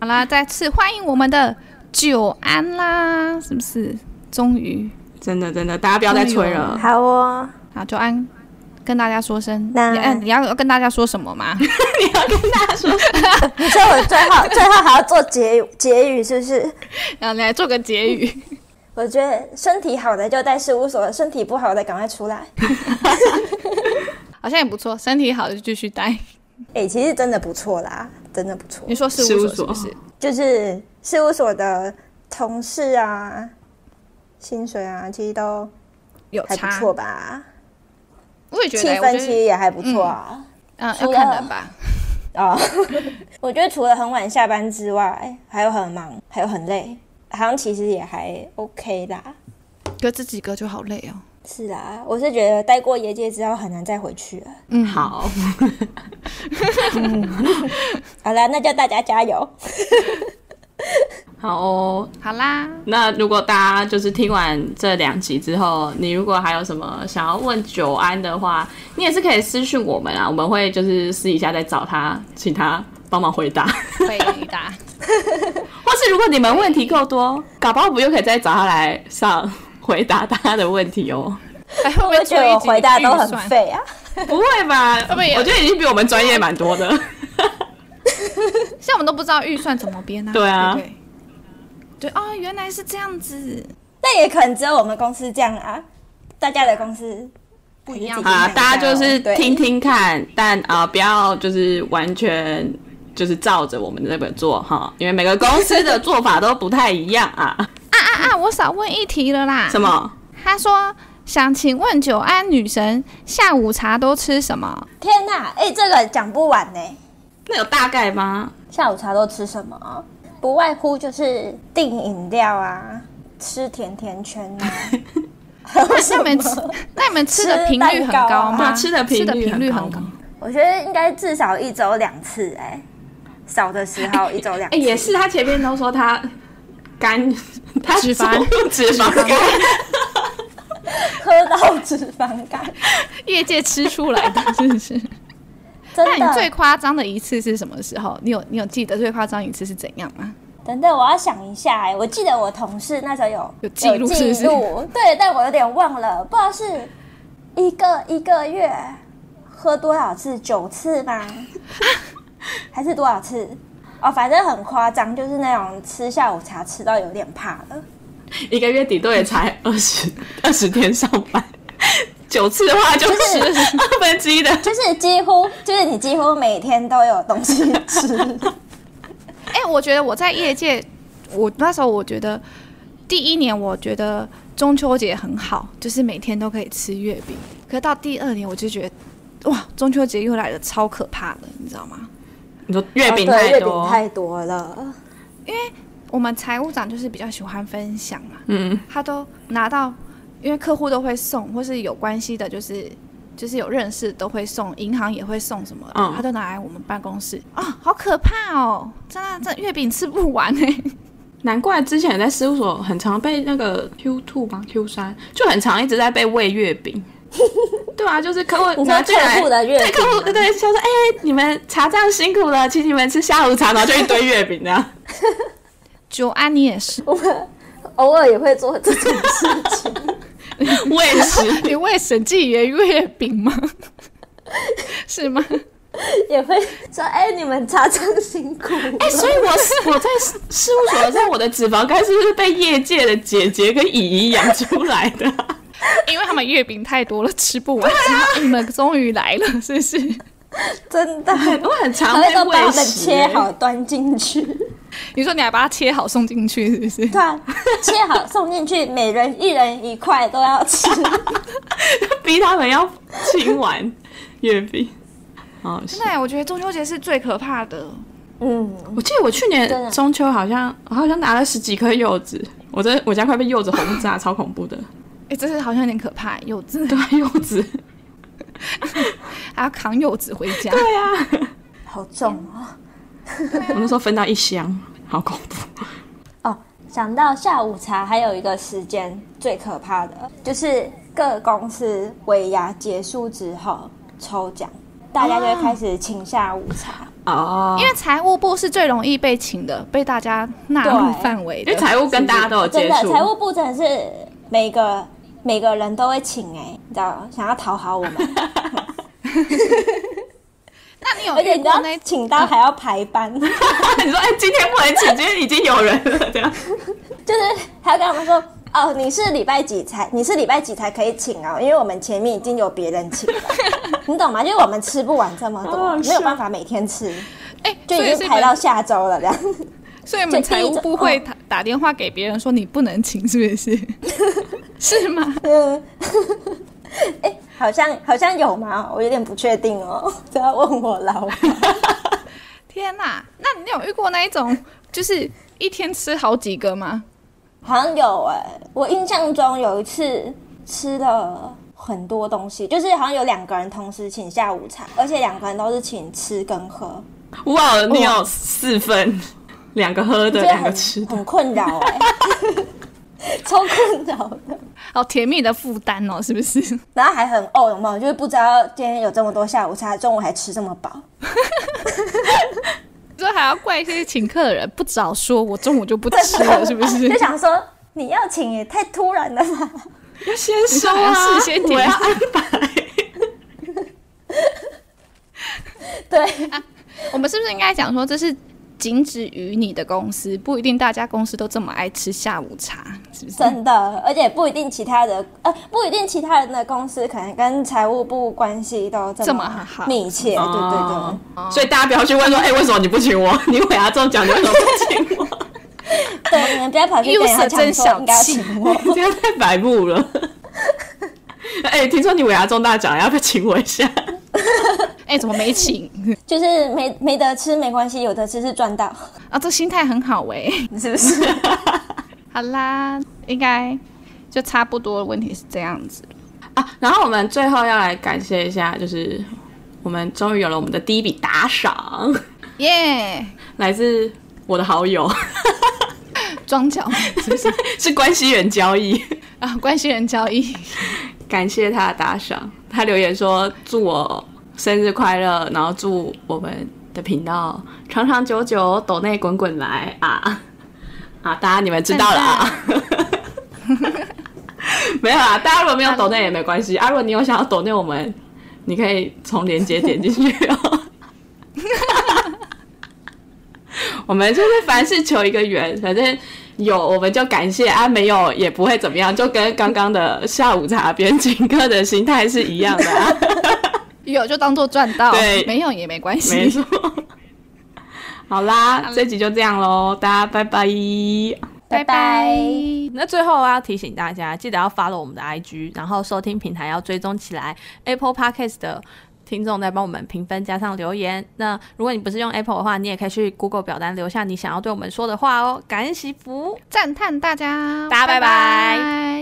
Speaker 1: 好啦，再次欢迎我们的久安啦，是不是？终于。
Speaker 4: 真的真的，大家不要再催了。
Speaker 3: 好哦，
Speaker 1: 好，就安跟大家说声，
Speaker 3: 那
Speaker 1: 你嗯，你要要跟大家说什么吗？
Speaker 4: 你要跟大家说，
Speaker 3: 所以我最 后最后还要做结语结语，是不是？
Speaker 1: 然啊后来做个结语。
Speaker 3: 我觉得身体好的就在事务所，身体不好的赶快出来。
Speaker 1: 好像也不错，身体好就继续待。
Speaker 3: 哎、其实真的不错啦，真的不错
Speaker 1: 你。说事务所是不
Speaker 4: 事务
Speaker 1: 是？
Speaker 3: 就是事务所的同事啊，薪水啊，其实都
Speaker 1: 有
Speaker 3: 还不
Speaker 1: 差，
Speaker 3: 错吧？
Speaker 1: 我也觉
Speaker 3: 气
Speaker 1: 得，我
Speaker 3: 氛
Speaker 1: 觉
Speaker 3: 其
Speaker 1: 得，
Speaker 3: 实也还不错啊。
Speaker 1: 嗯，
Speaker 3: 除
Speaker 1: 要
Speaker 3: 了
Speaker 1: 看人吧。嗯
Speaker 3: 哦， 我觉得除了很晚下班之外，还有很忙，还有很累，好像其实也还 OK 啦。
Speaker 1: 可这几个就好累哦。
Speaker 3: 是啊，我是觉得待过业界之后很难再回去了。
Speaker 4: 哎
Speaker 1: 嗯，，
Speaker 4: 好，
Speaker 3: 好啦，那叫大家加油。
Speaker 4: 好哦。
Speaker 1: 好 啦，
Speaker 4: 那如果大家就是听完这两集之后，你如果还有什么想要问九安的话，你也是可以私讯我们啊，我们会就是私底下再找他，请他帮忙回答。
Speaker 1: 回答。
Speaker 4: 或是如果你们问题够多，搞不好我们又可以再找他来上回答大家的问题哦。
Speaker 1: 哎，会不
Speaker 3: 我
Speaker 1: 会
Speaker 3: 觉
Speaker 1: 做
Speaker 3: 得
Speaker 1: 一
Speaker 3: 我
Speaker 1: 集
Speaker 3: 回答都很
Speaker 1: 预算？
Speaker 3: 废啊。
Speaker 4: 不会吧？
Speaker 1: 不会有
Speaker 4: 我觉得已经比我们专业蛮多的。
Speaker 1: 像我们都不知道预算怎么编啊。
Speaker 4: 对啊
Speaker 1: 不对。对哦，原来是这样子，
Speaker 3: 但也可能只有我们公司这样啊，大家的公司不一
Speaker 1: 样
Speaker 4: 啊，大家就是听
Speaker 3: 对
Speaker 4: 听看，但啊、呃不要就是完全就是照着我们这个做哈，因为每个公司的做法都不太一样 啊。
Speaker 1: 啊啊！我少问一题了啦。
Speaker 4: 什么？
Speaker 1: 他说想请问九安女神下午茶都吃什 么？
Speaker 3: 天哪、哎、这个讲不完呢、
Speaker 4: 那有大概吗？
Speaker 3: 下午茶都吃什么？不外乎就是订饮料啊，吃甜甜圈啊。还有
Speaker 1: 那
Speaker 3: 什
Speaker 1: 你们吃
Speaker 3: 么？
Speaker 1: 那你们吃的频率很高
Speaker 3: 吃蛋糕
Speaker 1: 吗？
Speaker 4: 啊吃的频率很高
Speaker 1: 频率很高
Speaker 4: 吗。
Speaker 3: 我觉得应该至少一周两次哎、少的时候一周两
Speaker 4: 哎、
Speaker 3: 次。
Speaker 4: 也是，他前面都说他 肝，他
Speaker 1: 脂肪
Speaker 4: 脂肪肝，
Speaker 3: 可喝到脂肪肝，
Speaker 1: 业界吃出来 的，是不是？
Speaker 3: 真
Speaker 1: 那你最
Speaker 3: 的。
Speaker 1: 夸张的一次是什么时候？你有你有记得最夸张一次是怎样吗？
Speaker 3: 等等，我要想一下、哎，我记得我同事那时候有
Speaker 1: 有记录是不是
Speaker 3: 有记录对，但我有点忘了，不知道是一个一个月喝多少次，九次 吗？还是多少次？哦，反正很夸张，就是那种吃下午茶吃到有点怕了。
Speaker 4: 一个月底都也才二 十二十天上班，九次的话就是
Speaker 3: 就
Speaker 4: 二分之一的。
Speaker 3: 就是几乎，就是你几乎每天都有东西吃，
Speaker 1: 哎、我觉得我在业界，我那时候我觉得第一年我觉得中秋节很好，就是每天都可以吃月饼。可是到第二年我就觉得，哇，中秋节又来的超可怕的，你知道吗？
Speaker 4: 你说哦月饼
Speaker 3: 对
Speaker 4: 太
Speaker 3: 月饼
Speaker 4: 多，
Speaker 3: 太多了。
Speaker 1: 我们财务长就是比较喜欢分享嘛，
Speaker 4: 嗯，
Speaker 1: 他都拿到，因为客户都会送，或是有关系的，就是就是有认识都会送，银行也会送什么的，
Speaker 4: 嗯
Speaker 1: 他都拿来我们办公室啊、好可怕哦！真的，这月饼吃不完哎、
Speaker 4: 难怪之前在事务所很常被那个 Q two 吗 Q 三就很常一直在被喂月 饼。对啊，就是客户
Speaker 3: 你说
Speaker 4: 拿进来，
Speaker 3: 客户的月饼
Speaker 4: 对客户
Speaker 3: 吗
Speaker 4: 对对，就说哎、你们茶这样辛苦了，请你们吃下午茶，然后就一堆月饼这 样。
Speaker 1: 九安，你也是，
Speaker 3: 我们 偶尔也会做这种事情，
Speaker 4: 喂食，
Speaker 1: 你为审计员月饼吗？ 是吗？
Speaker 3: 也会说：“哎、你们茶厂辛苦。
Speaker 4: 哎、所以我是我在事事务所，在我的脂肪肝是不是被业界的姐姐跟姨姨养出来 的？
Speaker 1: 因为他们月饼太多了，吃不完。你们啊终于来了，是不是？
Speaker 3: 真的，
Speaker 4: 我很常
Speaker 3: 还会
Speaker 4: 被
Speaker 3: 都把
Speaker 4: 喂
Speaker 3: 它们
Speaker 4: 食、
Speaker 3: 切好端进去，
Speaker 1: 你说你还把它切好送进去，是不是？
Speaker 3: 对啊，切好送进去，每人一人一块都要吃。
Speaker 4: 逼他们要清完月饼。 好好笑
Speaker 1: 对，我觉得中秋节是最可怕的。
Speaker 3: 嗯，
Speaker 4: 我记得我去
Speaker 3: 真的
Speaker 4: 年中秋好像我好像拿了十几颗柚子，我真的我家快被柚子轰炸，超恐怖的。
Speaker 1: 哎，这是好像有点可怕，柚子
Speaker 4: 对啊，柚子，
Speaker 1: 还要扛柚子回家。
Speaker 4: 对啊，
Speaker 3: 好重哦。
Speaker 4: 我那时候分到一箱，好恐怖。
Speaker 3: 哦，想到下午茶还有一个时间最可怕的，就是各公司尾牙结束之后抽奖，大家就会开始请下午茶。
Speaker 4: 哦，
Speaker 1: 因为财务部是最容易被请的，被大家纳入
Speaker 3: 对
Speaker 1: 范围
Speaker 4: 因为
Speaker 1: 的。
Speaker 4: 财务跟大家都有接
Speaker 3: 真的，
Speaker 4: 触，
Speaker 3: 财务部真的是每个每个人都会请哎、你知道，想要讨好我们，
Speaker 1: 那你有
Speaker 3: 而且
Speaker 1: 遇
Speaker 3: 你知道
Speaker 1: 过那
Speaker 3: 请到还要排班，就
Speaker 4: 你说哎、今天不能请，今天已经有人了，这样。
Speaker 3: 是还 要跟他们说。哦，你是礼拜几才？你是礼拜几才可以请哦？因为我们前面已经有别人 请了，你懂吗？就是我们吃不完这么
Speaker 4: 好好
Speaker 3: 多，
Speaker 4: 笑
Speaker 3: 没有办法每天吃，
Speaker 1: 哎，
Speaker 3: 就
Speaker 1: 所
Speaker 3: 已
Speaker 1: 以
Speaker 3: 经
Speaker 1: 是
Speaker 3: 排
Speaker 1: 你
Speaker 3: 到
Speaker 1: 们，
Speaker 3: 下周了这样。
Speaker 1: 所以你们
Speaker 3: 就第一
Speaker 1: 财务
Speaker 3: 周
Speaker 1: 部会
Speaker 3: 哦
Speaker 1: 打打电话给别人说你不能请，是不是？ 是吗？
Speaker 3: 嗯，哎、好像好像有吗？我有点不确定哦，这要问我老 板。
Speaker 1: 天哪！那你有遇过那一种，就是一天吃好几个吗？
Speaker 3: 好像有哎、我印象中有一次吃了很多东西，就是好像有两个人同时请下午茶，而且两个人都是请吃跟喝，
Speaker 4: 哇，你有四份，两个喝的，
Speaker 3: 我觉得
Speaker 4: 两个
Speaker 3: 很
Speaker 4: 吃的，
Speaker 3: 很困扰哎、 超困扰的。
Speaker 1: 好哦甜蜜的负担哦，是不是？
Speaker 3: 然后还很呕，有没有？就是不知道今天有这么多下午茶，中午还吃这么饱。
Speaker 1: 这还要怪些请客的人不早说，我中午就不吃了，哦是不 是
Speaker 3: 就？想说你要请也太突然了 吧？
Speaker 4: 要先说
Speaker 1: 你说好
Speaker 4: 啊，
Speaker 1: 像事先
Speaker 4: 我
Speaker 1: 点
Speaker 4: 要安排。
Speaker 3: 对，
Speaker 1: 我们是不是应该讲说这是仅止于你的公司，不一定大家公司都这么爱吃下午茶，是不是？
Speaker 3: 真的，而且不一定其他的呃，不一定其他人的公司可能跟财务部关系都
Speaker 1: 这
Speaker 3: 这
Speaker 1: 么
Speaker 3: 么
Speaker 1: 好
Speaker 3: 密切，对对对。
Speaker 4: 哦所以大家不要去问说，哎、为什么你不请我？ 你尾牙中奖，你为什么不请我？
Speaker 3: 对，你们不要跑去跟人家
Speaker 1: User 真
Speaker 3: 讲说
Speaker 1: 小
Speaker 3: 应该要
Speaker 1: 气
Speaker 3: 请我。
Speaker 4: 你这样太白目了。 哎、听说你尾牙中大奖，要不要请我一下？
Speaker 1: 哎、怎么没请
Speaker 3: 就是没没得吃没关系，有得吃是赚到，
Speaker 1: 啊？这心态很好喂、
Speaker 3: 是不是？
Speaker 1: 好啦，应该就差不多。问题是这样子，
Speaker 4: 啊，然后我们最后要来感谢一下，就是我们终于有了我们的第一笔打赏，
Speaker 1: 耶、
Speaker 4: 来自我的好友，
Speaker 1: 装脚是不是
Speaker 4: 是关系远交易。
Speaker 1: 啊？关系人交易，
Speaker 4: 感谢他的打赏。他留言说祝我生日快乐，然后祝我们的频道长长久久，抖内滚滚来啊 啊！大家你们知道了啊。 没有啊，大家如果没有抖内也没关系啊。如果你有想要抖内我们，你可以从连接点进去哦。我们就是凡事求一个圆，反正有我们就感谢啊，没有也不会怎么样，就跟刚刚的下午茶边请客的心态是一样 的、啊。
Speaker 1: 有就当做赚到
Speaker 4: 对，
Speaker 1: 没有也没关
Speaker 4: 没
Speaker 1: 系。
Speaker 4: 错。好啦，这集就这样喽，大家拜拜。
Speaker 3: 拜拜。
Speaker 2: 那最后要提醒大家，记得要 follow 我们的 IG，然后收听平台要追踪起来。Apple Podcast 的听众在帮我们评分加上留言。那如果你不是用 Apple 的话，你也可以去 Google 表单留下你想要对我们说的话哦。感恩惜福。
Speaker 1: 赞叹大家，
Speaker 2: 大家拜拜
Speaker 1: 拜